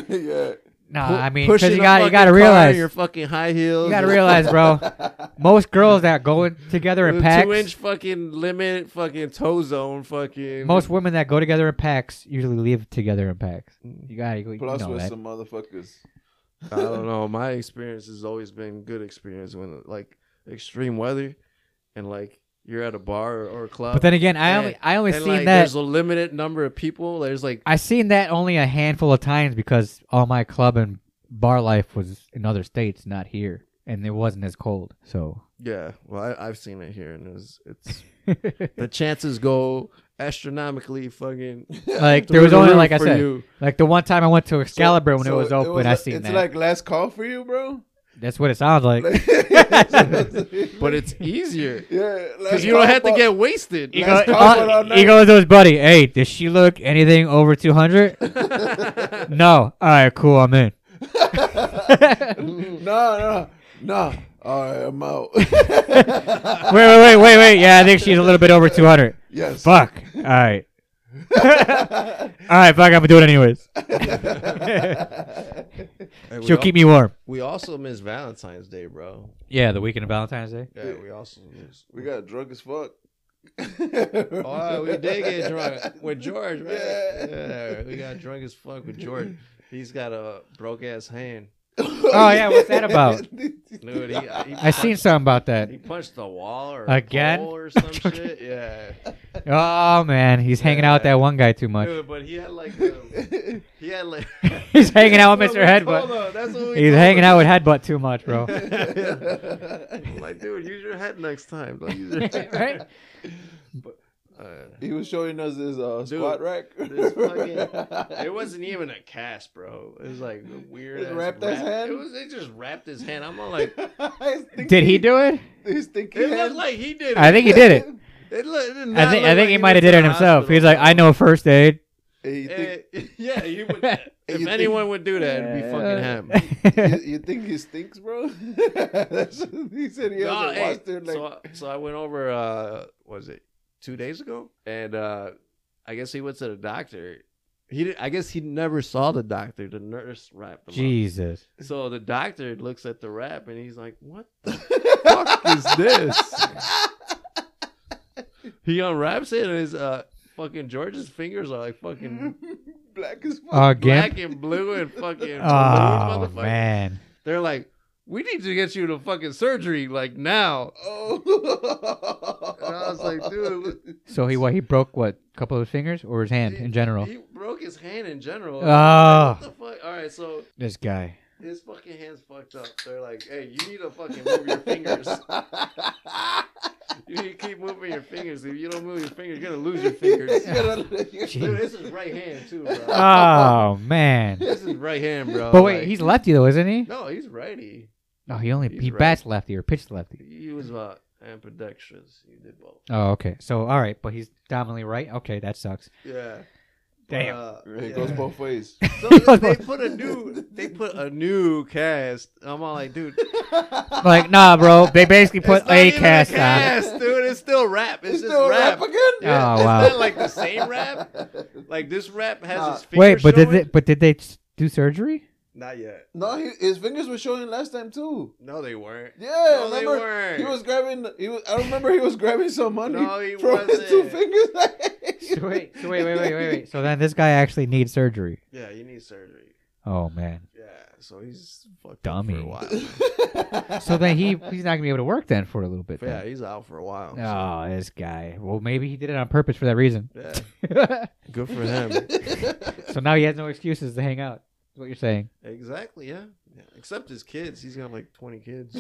Speaker 2: yeah.
Speaker 1: Nah,
Speaker 3: pu-
Speaker 1: Uh, I mean, because
Speaker 3: pushing
Speaker 1: you
Speaker 3: a
Speaker 1: got you
Speaker 3: fucking
Speaker 1: got to
Speaker 3: car in
Speaker 1: realize
Speaker 3: your fucking high heels.
Speaker 1: You gotta realize, bro. Most girls that go in together in packs,
Speaker 3: two inch fucking limit, fucking toe zone, fucking.
Speaker 1: most women that go together in packs usually leave together in packs. You gotta you
Speaker 2: Plus
Speaker 1: know
Speaker 2: with
Speaker 1: that.
Speaker 2: some motherfuckers.
Speaker 3: I don't know. My experience has always been good experience when like extreme weather, and like you're at a bar or, or a club.
Speaker 1: But then again, I only
Speaker 3: Yeah.
Speaker 1: I only
Speaker 3: and,
Speaker 1: seen
Speaker 3: like,
Speaker 1: that
Speaker 3: There's a limited number of people. There's like
Speaker 1: I seen that only a handful of times because all my club and bar life was in other states, not here, and it wasn't as cold. So
Speaker 3: Yeah, well, I, I've seen it here, and it's, it's the chances go astronomically fucking.
Speaker 1: Like there
Speaker 3: through
Speaker 1: was
Speaker 3: the
Speaker 1: only
Speaker 3: roof
Speaker 1: like I
Speaker 3: for
Speaker 1: said,
Speaker 3: you.
Speaker 1: like the one time I went to Excalibur when
Speaker 2: So
Speaker 1: it was open, I
Speaker 2: like-
Speaker 1: seen
Speaker 2: it's
Speaker 1: that.
Speaker 2: like last call for you, bro.
Speaker 1: That's what it sounds like.
Speaker 2: Like- but
Speaker 4: But it's easier
Speaker 2: yeah, last
Speaker 4: because you don't
Speaker 2: call
Speaker 4: have to
Speaker 2: for-
Speaker 4: get wasted.
Speaker 1: He
Speaker 2: Last
Speaker 1: goes,
Speaker 2: call for all
Speaker 1: uh,
Speaker 2: night.
Speaker 1: he goes to his buddy, hey, does she look anything over 200? no. All right, cool, I'm in.
Speaker 2: no, no, no. All right, I'm out.
Speaker 1: Wait, wait, wait, wait, wait. Yeah, I think she's a little bit over 200.
Speaker 2: yes.
Speaker 1: Fuck. All right. All right, fuck, I'm going to do it anyways.
Speaker 3: Hey, we
Speaker 1: She'll
Speaker 3: al-
Speaker 1: keep me warm.
Speaker 3: We also miss Valentine's Day, bro.
Speaker 1: Yeah, the weekend of Valentine's Day.
Speaker 3: Yeah, we also miss.
Speaker 2: We got drunk as fuck.
Speaker 3: Oh, we did get drunk with George, right?
Speaker 2: Yeah.
Speaker 3: Yeah. we got drunk as fuck with George. He's got a broke ass hand.
Speaker 2: oh
Speaker 1: yeah, what's that about?
Speaker 3: Dude, he, he
Speaker 1: I seen something about that.
Speaker 3: He punched the wall or
Speaker 1: Again?
Speaker 3: again pole or some shit. Yeah,
Speaker 1: Oh, man. He's hanging out with that one guy too much.
Speaker 3: Dude, but he had like a, he had like
Speaker 1: He's hanging out with
Speaker 3: That's
Speaker 1: Mr.
Speaker 3: what we told
Speaker 1: Headbutt.
Speaker 3: him. That's what we
Speaker 1: He's
Speaker 3: told
Speaker 1: hanging
Speaker 3: him.
Speaker 1: out with Headbutt too much, bro.
Speaker 3: I'm like, dude, use your head next time. Like, use your head.
Speaker 1: right?
Speaker 3: Uh,
Speaker 2: he was showing us his uh,
Speaker 3: Dude,
Speaker 2: squat rack.
Speaker 3: this fucking- it wasn't even a cast, bro. It was like a weird.
Speaker 2: Just
Speaker 3: ass
Speaker 2: wrapped his
Speaker 3: wrap.
Speaker 2: hand?
Speaker 3: It was. They just wrapped his hand. I'm all like,
Speaker 2: His stinky-
Speaker 1: Did he do it?
Speaker 2: His stinky
Speaker 3: it looked
Speaker 2: hand.
Speaker 3: like he did. It.
Speaker 1: I think he did it.
Speaker 3: It look- it did
Speaker 1: I
Speaker 3: not
Speaker 1: think
Speaker 3: look
Speaker 1: I think
Speaker 3: like
Speaker 1: he might have
Speaker 3: went
Speaker 1: did
Speaker 3: to
Speaker 1: it
Speaker 3: the
Speaker 1: himself. He's
Speaker 3: hospital,
Speaker 1: like,
Speaker 3: bro.
Speaker 1: I know first aid.
Speaker 2: Hey, you, think,
Speaker 3: Eh, yeah, he would.
Speaker 2: you
Speaker 3: if
Speaker 2: think-
Speaker 3: anyone would do that, it'd be fucking him.
Speaker 2: you, you think he stinks, bro? That's what he said he
Speaker 3: No,
Speaker 2: hasn't
Speaker 3: hey,
Speaker 2: washed it. Like,
Speaker 3: eh. so, so I went over, uh, what was it two days ago? And uh, I guess he went to the doctor. He, did, I guess he never saw the doctor. The nurse wrapped him
Speaker 1: Jesus.
Speaker 3: up. So the doctor looks at the wrap and he's like, "What the fuck is this?" He unwraps it and his uh, fucking George's fingers are like fucking
Speaker 2: black as fuck.
Speaker 1: Again?
Speaker 3: black and blue and fucking.
Speaker 1: Oh
Speaker 3: balloon, motherfucker.
Speaker 1: man.
Speaker 3: They're like, "We need to get you to fucking surgery like now."
Speaker 2: oh.
Speaker 3: And I was like, "Dude." what-
Speaker 1: So he what he broke what a couple of his fingers or his hand in general.
Speaker 3: He broke his hand in general.
Speaker 1: Oh.
Speaker 3: What the fuck? All right, so
Speaker 1: This guy.
Speaker 3: his fucking hand's fucked up. They're like, hey, you need to fucking move your fingers. you need to keep moving your fingers. If you don't move your fingers, you're gonna lose your fingers. Dude,
Speaker 1: Jeez.
Speaker 3: this is right hand too, bro.
Speaker 1: Oh man.
Speaker 3: this is right hand, bro.
Speaker 1: But wait,
Speaker 3: Like-
Speaker 1: he's lefty though, isn't he?
Speaker 3: no, he's righty.
Speaker 1: No, he only
Speaker 3: He's
Speaker 1: he
Speaker 3: right.
Speaker 1: bats lefty or pitched lefty.
Speaker 3: He was about ambidextrous. He did both.
Speaker 1: Oh, okay. So all right, but he's dominantly right. Okay, that sucks.
Speaker 3: Yeah.
Speaker 1: Damn.
Speaker 3: Uh,
Speaker 2: It
Speaker 3: yeah.
Speaker 2: goes both ways.
Speaker 3: So they put a new, they put a new cast. I'm all like, dude,
Speaker 1: Like, nah, bro. They basically put
Speaker 3: It's not
Speaker 1: a
Speaker 3: even
Speaker 1: cast,
Speaker 3: a cast, dude. It's still rap. It's, just
Speaker 2: still
Speaker 3: rap.
Speaker 2: again?
Speaker 1: on. Oh
Speaker 3: It's
Speaker 1: wow.
Speaker 3: not like the same rap. Like this rap has
Speaker 2: Nah.
Speaker 3: his fingers.
Speaker 1: Wait, but did
Speaker 3: showing.
Speaker 1: they but did they s- do surgery?
Speaker 3: Not yet.
Speaker 2: No, he, his fingers were showing last time too.
Speaker 3: No, they weren't.
Speaker 2: Yeah,
Speaker 3: No, they
Speaker 2: remember
Speaker 3: weren't.
Speaker 2: he was grabbing. He was. I remember he was grabbing some money
Speaker 3: No, he
Speaker 2: from his two
Speaker 3: wasn't.
Speaker 2: fingers.
Speaker 1: So wait, so wait, wait, wait, wait, wait. So then this guy actually needs surgery.
Speaker 3: Yeah, you need surgery.
Speaker 1: Oh man.
Speaker 3: Yeah, so he's fucked
Speaker 1: Dummy.
Speaker 3: up for a while.
Speaker 1: So then he he's not gonna be able to work then for a little bit.
Speaker 3: But yeah,
Speaker 1: Then.
Speaker 3: he's out for a while.
Speaker 1: Oh, this guy. Well, maybe he did it on purpose for that reason.
Speaker 3: so-
Speaker 1: so
Speaker 3: yeah, good for him.
Speaker 1: now he has no excuses to hang out. Is what you're saying?
Speaker 3: exactly. Yeah. yeah. Except his kids. He's got like 20 kids.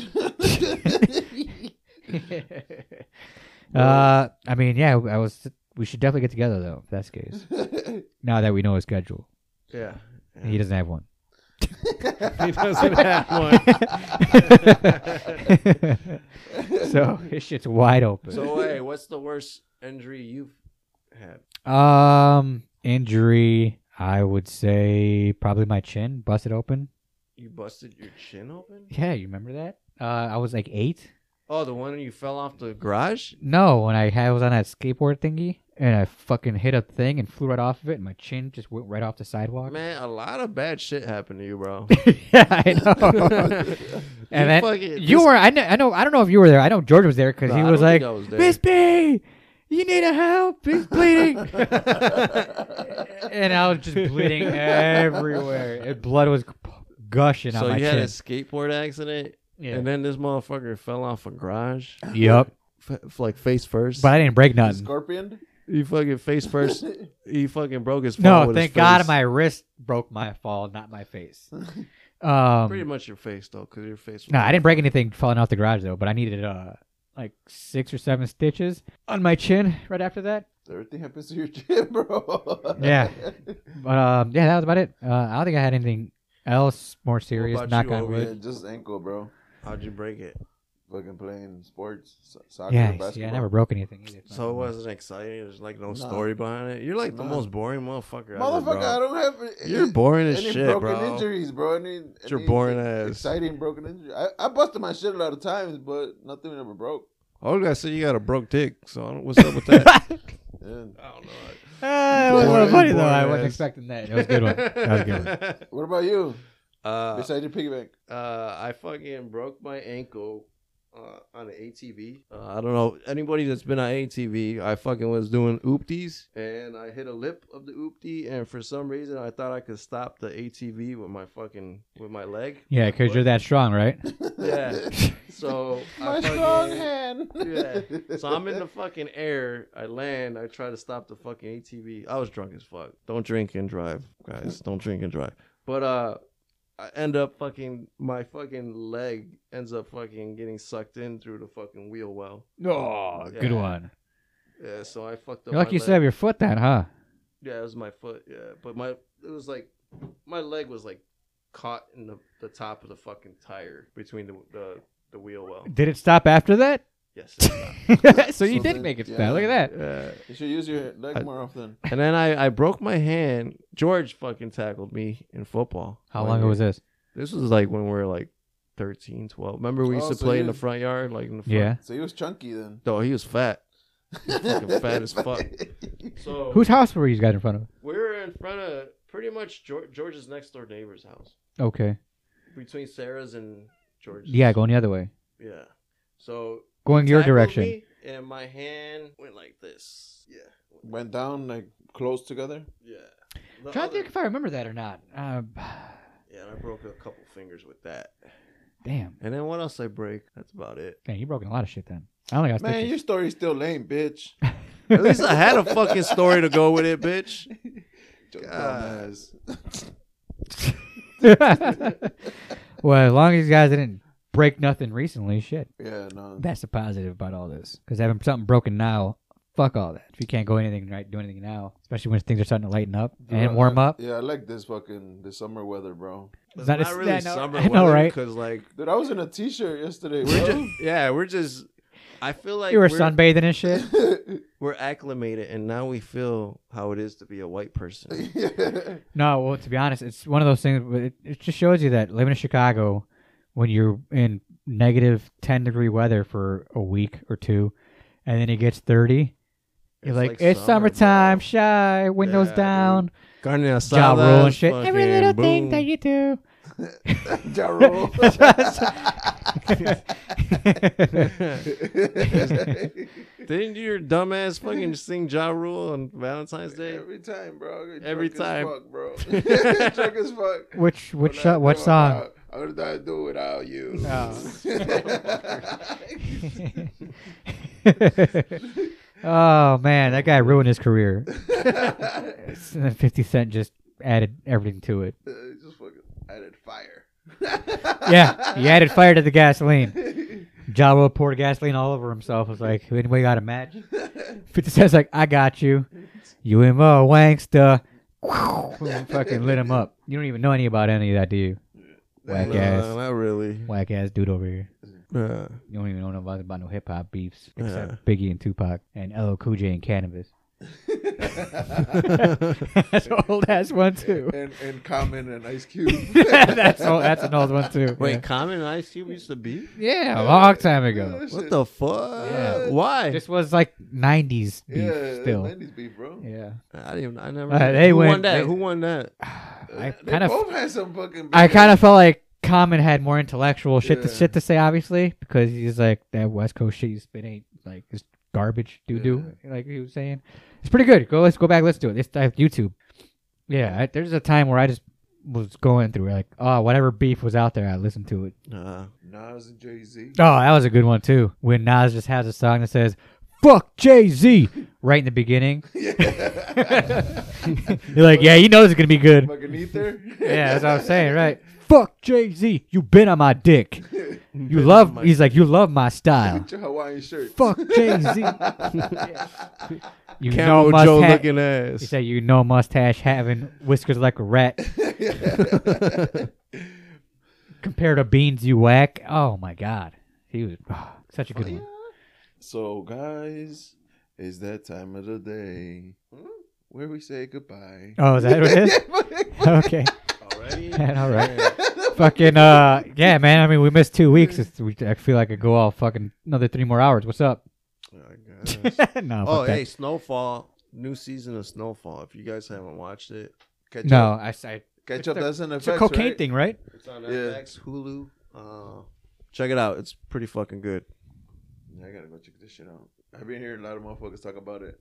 Speaker 1: uh, I mean, yeah, I was. We should definitely get together though. If that's the case, now that we know his schedule,
Speaker 3: Yeah.
Speaker 1: And he doesn't have one.
Speaker 3: He doesn't have one.
Speaker 1: so his shit's wide open.
Speaker 3: So hey, what's the worst injury you've had?
Speaker 1: Um, injury. I would say probably my chin busted open.
Speaker 3: You busted your chin open?
Speaker 1: Yeah, you remember that? Uh, I was like eight.
Speaker 3: Oh, the one when you fell off the garage?
Speaker 1: No, when I had, I was on that skateboard thingy and I fucking hit a thing and flew right off of it, and my chin just went right off the sidewalk.
Speaker 3: Man, a lot of bad shit happened to you, bro.
Speaker 1: yeah, I know. and then you were. I know. I know. I don't know if you were there. I know George was there because he was like, "Miss B, you need a help. He's bleeding." and I was just bleeding everywhere. And blood was gushing out
Speaker 3: so
Speaker 1: my
Speaker 3: you had
Speaker 1: chin.
Speaker 3: a skateboard accident,
Speaker 1: Yeah.
Speaker 3: and then this motherfucker fell off a garage,
Speaker 1: yep.
Speaker 3: f- f- like face first.
Speaker 1: But I didn't break
Speaker 3: um,
Speaker 1: nothing.
Speaker 2: Scorpion.
Speaker 3: he fucking face first. he fucking broke his. phone
Speaker 1: No,
Speaker 3: with his
Speaker 1: thank God
Speaker 3: face.
Speaker 1: my wrist broke my fall, not my face.
Speaker 3: Pretty
Speaker 1: Um,
Speaker 3: much your face though, because your face. was-
Speaker 1: no, I didn't break anything falling off the garage though, but I needed uh, like six or seven stitches on my chin right after that.
Speaker 2: Everything happens to your chin, bro.
Speaker 1: Yeah. But um, yeah, that was about it. Uh, I don't think I had anything else more serious.
Speaker 3: about
Speaker 1: Knock
Speaker 3: you,
Speaker 1: on
Speaker 3: Obi?
Speaker 1: wood.
Speaker 2: yeah, just ankle, bro.
Speaker 3: How'd you break it?
Speaker 2: Fucking playing sports, so- soccer,
Speaker 1: Yeah,
Speaker 2: basketball.
Speaker 1: yeah, I never broke anything either.
Speaker 3: So it wasn't exciting. There's like no
Speaker 2: Nah.
Speaker 3: story behind it. You're like the
Speaker 2: Nah.
Speaker 3: most boring motherfucker. Motherfucker,
Speaker 2: Motherfucker, I don't have. any-
Speaker 3: you're boring as
Speaker 2: Any
Speaker 3: shit,
Speaker 2: broken
Speaker 3: bro.
Speaker 2: injuries, bro. Any,
Speaker 3: your
Speaker 2: any
Speaker 3: boring ass.
Speaker 2: Exciting broken injury. I, I busted my shit a lot of times, but nothing ever broke.
Speaker 3: Oh, I said you got a broke dick. So I don't, what's up with that?
Speaker 2: Yeah.
Speaker 3: I don't know.
Speaker 1: Ah, Uh, it was
Speaker 3: Boring,
Speaker 1: funny though. I
Speaker 3: boring
Speaker 1: wasn't
Speaker 3: ass.
Speaker 1: expecting that. That was a good one. That was a good one.
Speaker 2: What about you?
Speaker 3: Uh,
Speaker 2: Besides your piggy bank,
Speaker 3: uh, I fucking broke my ankle uh, on an ATV. Uh, I don't know anybody that's been on ATV. I fucking was doing oopties and I hit a lip of the oopty, and for some reason I thought I could stop the ATV with my fucking with my leg.
Speaker 1: Yeah, because you're that strong, right?
Speaker 3: Yeah. So
Speaker 2: my
Speaker 3: I
Speaker 2: strong
Speaker 3: fucking-
Speaker 2: hand.
Speaker 3: Yeah. So I'm in the fucking air. I land. I try to stop the fucking ATV. I was drunk as fuck. Don't drink and drive, guys. Don't drink and drive. But uh, I end up fucking my fucking leg ends up fucking getting sucked in through the fucking wheel well.
Speaker 1: Oh,
Speaker 3: Yeah.
Speaker 1: good one.
Speaker 3: Yeah. So I fucked up.
Speaker 1: You're lucky
Speaker 3: my
Speaker 1: you
Speaker 3: leg.
Speaker 1: still have your foot then, huh?
Speaker 3: Yeah, it was my foot. Yeah, but my it was like my leg was like caught in the, the top of the fucking tire between the the, the wheel well.
Speaker 1: Did it stop after that?
Speaker 3: Yes.
Speaker 1: so you did
Speaker 2: So then-
Speaker 1: make it
Speaker 2: yeah.
Speaker 1: stop. Look at that.
Speaker 3: Yeah.
Speaker 2: You should use your leg
Speaker 3: I-
Speaker 2: more often.
Speaker 3: And then I, I broke my hand. George fucking tackled me in football.
Speaker 1: How
Speaker 3: When
Speaker 1: long ago
Speaker 3: we-
Speaker 1: was this?
Speaker 3: This was like when we were like 13, 12. Remember we used
Speaker 2: Oh,
Speaker 3: to
Speaker 2: so
Speaker 3: play
Speaker 2: you-
Speaker 3: in the front yard? Like in the front.
Speaker 1: Yeah.
Speaker 2: So he was chunky then.
Speaker 3: No, he was fat. fucking fat as fuck. So
Speaker 1: Whose house were you guys in front of?
Speaker 3: we were in front of pretty much Geor- George's next door neighbor's house.
Speaker 1: Okay.
Speaker 3: Between Sarah's and George's.
Speaker 1: Yeah, going the other way.
Speaker 3: Yeah. So
Speaker 1: Going your
Speaker 3: tackled
Speaker 1: direction.
Speaker 3: me, and my hand went like this. Yeah.
Speaker 2: Went down like close together.
Speaker 3: Yeah. The
Speaker 1: trying to
Speaker 3: other-
Speaker 1: think if I remember that or not. Uh,
Speaker 3: yeah, and I broke a couple fingers with that.
Speaker 1: damn.
Speaker 3: And then what else I break? That's about it.
Speaker 1: Man, you broken a lot of shit then. I only got
Speaker 2: Man, your
Speaker 1: stitches.
Speaker 2: story's still lame, bitch.
Speaker 3: At least I had a fucking story to go with it, bitch.
Speaker 2: Just
Speaker 3: God.
Speaker 2: dumbass.
Speaker 1: well, as long as you guys didn't break nothing recently, shit.
Speaker 2: Yeah, no.
Speaker 1: That's the positive about all this. Because having something broken now, fuck all that. If you can't go anything right, do anything now, especially when things are starting to lighten up
Speaker 2: Dude, I-
Speaker 1: and warm up.
Speaker 2: Yeah, I like this fucking the summer weather, bro.
Speaker 1: It's not- it's-
Speaker 3: really
Speaker 1: yeah, I know-
Speaker 3: summer
Speaker 1: I know,
Speaker 3: weather
Speaker 1: right?
Speaker 3: Because like
Speaker 2: Dude, I was in a t-shirt yesterday.
Speaker 3: we're
Speaker 2: bro.
Speaker 3: just yeah, we're just. I feel like
Speaker 1: you were
Speaker 3: are
Speaker 1: sunbathing and shit.
Speaker 3: We're acclimated, and now we feel how it is to be a white person.
Speaker 2: yeah.
Speaker 1: No, well, to be honest, it's one of those things. where It, it just shows you that living in Chicago, when you're in negative ten degree weather for a week or two, and then it gets thirty, you're
Speaker 3: It's
Speaker 1: like,
Speaker 3: like
Speaker 1: it's
Speaker 3: summer,
Speaker 1: summertime,
Speaker 3: bro."
Speaker 1: shy, windows
Speaker 3: Yeah, dude.
Speaker 1: down,
Speaker 3: Carne asada,
Speaker 1: job rule and shit. Every little thing that you do.
Speaker 2: Ja Rule.
Speaker 1: That's what I said.
Speaker 3: Didn't your dumbass fucking sing Ja Rule on Valentine's Day?
Speaker 2: Every time, bro. I get
Speaker 3: Every
Speaker 2: drunk as
Speaker 3: time.
Speaker 2: fuck, bro. Drunk as fuck.
Speaker 1: which which
Speaker 2: Would I
Speaker 1: so- what
Speaker 2: do
Speaker 1: song?
Speaker 2: without- I would not do without you.
Speaker 1: oh man, that guy ruined his career. And then 50 uh, Cent just added everything to it.
Speaker 2: It just fucking added fire.
Speaker 1: Yeah, he added fire to the gasoline. Java poured gasoline all over himself. Was like, anybody got a match? 50 Cent's like, I got you. UMO, Wangsta. fucking lit him up. You don't even know any about any of that, do you? Whack
Speaker 3: Nah,
Speaker 1: ass,
Speaker 3: not really.
Speaker 1: whack ass dude over here.
Speaker 3: Yeah.
Speaker 1: You don't even know about, about no hip hop beefs except
Speaker 3: Yeah.
Speaker 1: Biggie and Tupac and LL Cool J and cannabis. that's an old ass one too.
Speaker 2: and and Common and Ice Cube.
Speaker 1: that's old, that's an old one too.
Speaker 3: Wait, Common and Ice Cube used to be?
Speaker 1: yeah, a long time ago.
Speaker 3: What the fuck?
Speaker 1: Yeah.
Speaker 3: Why?
Speaker 1: This was like '90s beef
Speaker 2: Yeah,
Speaker 1: still.
Speaker 2: 90s beef, bro.
Speaker 1: Yeah,
Speaker 3: I didn't. I never.
Speaker 1: Uh, they
Speaker 3: who won
Speaker 1: went-
Speaker 3: that?
Speaker 1: they-
Speaker 3: Who won that?
Speaker 1: I
Speaker 2: Uh, they
Speaker 1: kind of,
Speaker 2: both had some fucking.
Speaker 1: I
Speaker 2: beef.
Speaker 1: kind of felt like Common had more intellectual shit to
Speaker 2: Yeah.
Speaker 1: shit to say, obviously, because he's like that West Coast shit you spit ain't like it's garbage doo doo, like he was saying. It's pretty good. Go, let's go back. Let's do it. It's I have YouTube. Yeah, I, there's a time where I just was going through like, oh, whatever beef was out there, I listened to it.
Speaker 3: Nah.
Speaker 2: Nas and Jay Z.
Speaker 1: Oh, that was a good one too. When Nas just has a song that says "fuck Jay Z" right in the beginning,
Speaker 2: Yeah.
Speaker 1: you're like, "Yeah, he knows it's gonna be good."
Speaker 2: Fucking ether.
Speaker 1: Yeah, that's what I'm saying, right? fuck Jay Z. You been on my dick. You love.
Speaker 3: my
Speaker 1: He's like, you love my style.
Speaker 2: Get your Hawaiian shirt.
Speaker 1: fuck Jay Z. You
Speaker 3: Camo
Speaker 1: know must
Speaker 3: Joe
Speaker 1: ha-
Speaker 3: looking
Speaker 1: He
Speaker 3: ass.
Speaker 1: said, you know mustache having whiskers like a rat compared to beans you whack. Oh my god, he was ah, such a good one.
Speaker 2: so, guys, it's that time of the day
Speaker 3: Hmm?
Speaker 2: where we say goodbye.
Speaker 1: Oh, is that what it is? okay.
Speaker 3: Already?
Speaker 1: Man, all right. fucking uh, yeah, man. I mean, we missed two weeks. It's, we, I feel like I go all fucking another three more hours. What's up? no. fuck
Speaker 3: Oh,
Speaker 1: that.
Speaker 3: hey, Snowfall. New season of Snowfall. If you guys haven't watched it,
Speaker 2: Ketchup,
Speaker 1: No, I, I
Speaker 2: ketchup. That's an
Speaker 1: it's a
Speaker 2: effect.
Speaker 1: cocaine
Speaker 2: right?
Speaker 1: thing, right?
Speaker 3: it's on
Speaker 2: FX,
Speaker 3: Hulu. Uh, check it out. It's pretty fucking good.
Speaker 2: Yeah, I gotta go check this shit out. I've been hearing a lot of motherfuckers talk about it.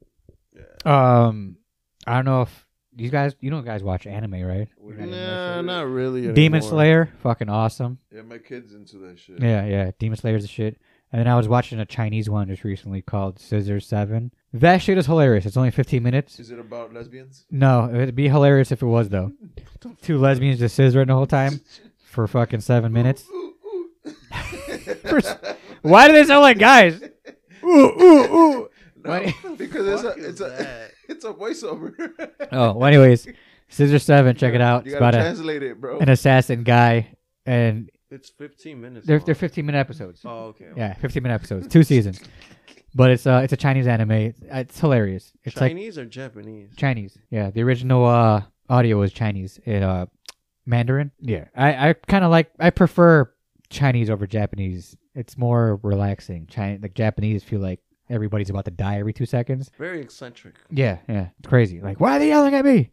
Speaker 1: Um, I don't know if you guys, you don't guys watch anime, right?
Speaker 2: What do you
Speaker 3: Nah,
Speaker 2: think?
Speaker 3: not really.
Speaker 1: Demon
Speaker 3: anymore.
Speaker 1: Slayer, fucking awesome.
Speaker 2: Yeah, my kid's into that shit.
Speaker 1: Yeah, yeah. Demon Slayer's the shit. And then I was watching a Chinese one just recently called Scissors Seven. That shit is hilarious. It's only fifteen minutes.
Speaker 2: Is it about lesbians?
Speaker 1: No, it'd be hilarious if it was though. Two lesbians just scissoring the whole time for fucking seven minutes.
Speaker 2: Ooh, ooh.
Speaker 1: First- Why do they sound like guys? Ooh, ooh, ooh.
Speaker 2: No, because it's
Speaker 3: Fuck
Speaker 2: a
Speaker 3: is
Speaker 2: it's a
Speaker 3: that?
Speaker 2: it's a voiceover.
Speaker 1: Oh, well, anyways, Scissors Seven, check it out.
Speaker 2: You
Speaker 1: It's
Speaker 2: gotta
Speaker 1: about a,
Speaker 2: translate it, bro.
Speaker 1: an assassin guy, and
Speaker 3: It's 15 minutes.
Speaker 1: they're
Speaker 3: long.
Speaker 1: they're fifteen minute episodes.
Speaker 3: Oh, okay.
Speaker 1: Yeah, fifteen minute episodes, two seasons. But it's uh it's a Chinese anime. It's hilarious. It's like
Speaker 3: Chinese or Japanese?
Speaker 1: Chinese. Yeah, the original uh, audio was Chinese in uh, Mandarin. Yeah, I, I kind of like I prefer Chinese over Japanese. It's more relaxing. Chinese like Japanese feel like everybody's about to die every two seconds.
Speaker 3: Very eccentric.
Speaker 1: Yeah, yeah, it's crazy. Like, why are they yelling at me?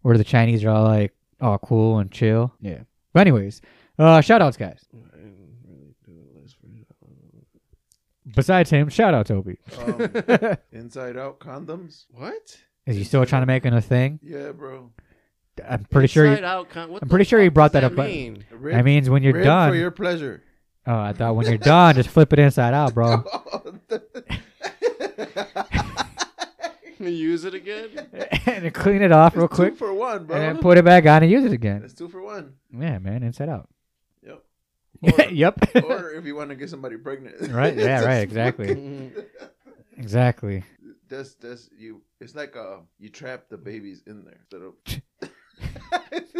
Speaker 1: Where the Chinese are all like, all cool and chill. Yeah. But anyways, uh, shout outs, guys.
Speaker 3: I didn't really do a list for that.
Speaker 1: Besides him, shout out Toby.
Speaker 2: Um,
Speaker 1: Is
Speaker 2: inside out condoms. What?
Speaker 1: he still trying to make it a thing?
Speaker 2: Yeah, bro.
Speaker 1: I'm pretty sure.
Speaker 3: Inside
Speaker 1: You,
Speaker 3: Out, con- what
Speaker 1: I'm
Speaker 3: the
Speaker 1: pretty sure he
Speaker 3: fuck
Speaker 1: brought
Speaker 3: does
Speaker 1: that up, but-
Speaker 3: mean?
Speaker 2: Rib,
Speaker 1: that means when you're
Speaker 2: rib
Speaker 1: done.
Speaker 2: for your pleasure.
Speaker 1: oh, I thought when you're done, just flip it inside out, bro.
Speaker 3: Can you use it again?
Speaker 1: and then clean it off real
Speaker 2: It's
Speaker 1: quick,
Speaker 2: Two for one, bro.
Speaker 1: and then put it back on and use it again.
Speaker 2: That's two for one.
Speaker 1: Yeah, man, inside out.
Speaker 2: Yep. Or-
Speaker 1: yep.
Speaker 2: or if you want to get somebody pregnant.
Speaker 1: right. Yeah. Right. Exactly. Exactly.
Speaker 2: That's that's you. It's like uh, you trap the babies in there. instead of-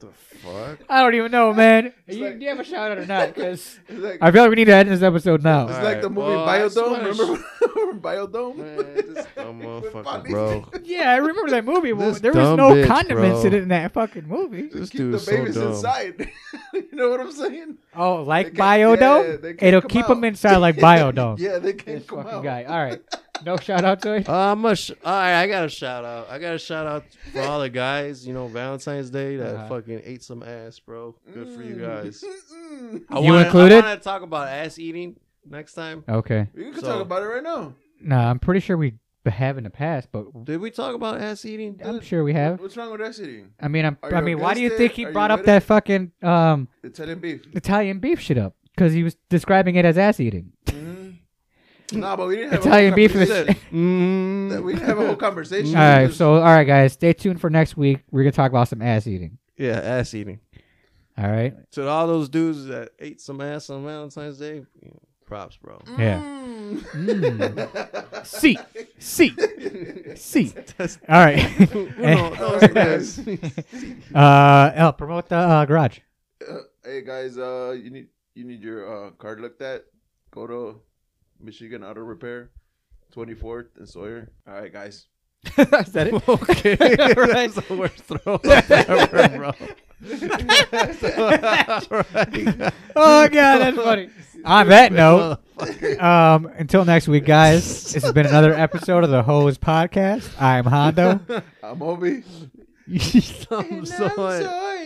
Speaker 3: the fuck?
Speaker 1: I don't even know, man.
Speaker 2: It's
Speaker 1: You,
Speaker 2: like-
Speaker 1: do you have a shout out or not? Because
Speaker 2: it's like,
Speaker 1: I feel like we need to end this episode
Speaker 2: it's
Speaker 1: now.
Speaker 3: All
Speaker 2: like the
Speaker 3: right,
Speaker 2: movie
Speaker 3: well, I
Speaker 2: Biodome.
Speaker 3: swear-
Speaker 2: Remember Biodome?
Speaker 3: Man, this dumb
Speaker 2: With
Speaker 3: motherfucker,
Speaker 2: Bobby.
Speaker 3: bro.
Speaker 1: Yeah, I remember that movie. Well,
Speaker 3: This
Speaker 1: there was
Speaker 3: dumb
Speaker 1: no
Speaker 3: bitch,
Speaker 1: condiments
Speaker 3: bro.
Speaker 1: in it in that fucking movie.
Speaker 3: This
Speaker 2: Keep
Speaker 3: dude
Speaker 2: the
Speaker 3: is so
Speaker 2: babies
Speaker 3: dumb.
Speaker 2: inside. you know what I'm saying?
Speaker 1: Oh, like
Speaker 2: They can't- yeah, they
Speaker 1: Biodome?
Speaker 2: can't
Speaker 1: It'll
Speaker 2: come
Speaker 1: keep
Speaker 2: out.
Speaker 1: them inside like Biodome.
Speaker 2: Yeah, they can't
Speaker 1: This
Speaker 2: come
Speaker 1: fucking
Speaker 2: out.
Speaker 1: guy. All right. No shout out to it.
Speaker 3: Uh, I'm a sh- all right, I got a shout out. I got a shout out for all the guys, you know, Valentine's Day that
Speaker 1: Uh-huh.
Speaker 3: fucking ate some ass, bro. Good for you
Speaker 2: Mm.
Speaker 3: guys.
Speaker 2: Mm-mm.
Speaker 3: I
Speaker 1: You
Speaker 3: wanna,
Speaker 1: included?
Speaker 3: I want to talk about ass eating next time.
Speaker 1: Okay.
Speaker 2: You can
Speaker 3: So-
Speaker 2: talk about it right now.
Speaker 1: No, I'm pretty sure we have in the past, but
Speaker 3: Did we talk about ass eating?
Speaker 1: I'm sure we have.
Speaker 2: What's wrong with that city?
Speaker 1: I mean, I'm,
Speaker 2: Are you
Speaker 1: I mean, why do you
Speaker 2: against
Speaker 1: think
Speaker 2: it?
Speaker 1: he
Speaker 2: Are you
Speaker 1: brought
Speaker 2: with
Speaker 1: up
Speaker 2: it?
Speaker 1: that fucking um,
Speaker 2: Italian beef.
Speaker 1: Italian beef shit up? Because he was describing it as ass eating.
Speaker 2: Mhm. nah, but we didn't have
Speaker 1: Italian
Speaker 2: a whole
Speaker 1: beef is.
Speaker 2: conversation.
Speaker 3: Mm.
Speaker 2: We didn't have a whole conversation.
Speaker 1: all right,
Speaker 2: Just-
Speaker 1: so all right, guys, stay tuned for next week. We're gonna talk about some ass eating.
Speaker 3: Yeah, ass eating.
Speaker 1: All right.
Speaker 3: To all those dudes that ate some ass on Valentine's Day, you know, props, bro.
Speaker 1: Yeah.
Speaker 2: Mm.
Speaker 1: Mm. C C C.
Speaker 3: That's
Speaker 1: All right. Eh.
Speaker 3: no, that's
Speaker 1: uh, El, promote the uh, garage.
Speaker 2: Uh, hey guys, uh, you need you need your uh, card looked at. Go to Michigan Auto Repair, 24th and Sawyer. All right, guys.
Speaker 1: Is that it?
Speaker 3: okay.
Speaker 1: Right.
Speaker 3: That's the worst throw up ever, bro. Alright.
Speaker 1: Oh god, that's funny. On that note, um, until next week, guys. This has been another episode of the Hose Podcast. I'm Hondo.
Speaker 2: I'm Obi.
Speaker 3: I'm so
Speaker 1: Uh,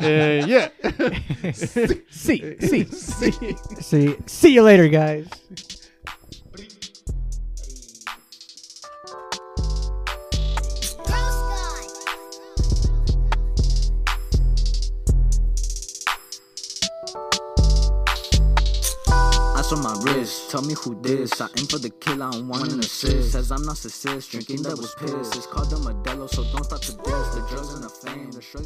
Speaker 3: yeah, yeah.
Speaker 1: see, see, see, see, see you later, guys.
Speaker 5: Coast Guard.
Speaker 6: Ice on my wrist, tell me who this. I aim for the kill, I don't want an assist. Says I'm narcissist, drinking that was piss. It's called the Modelo, so don't stop to diss. The drugs and the fame, the shrugs. and-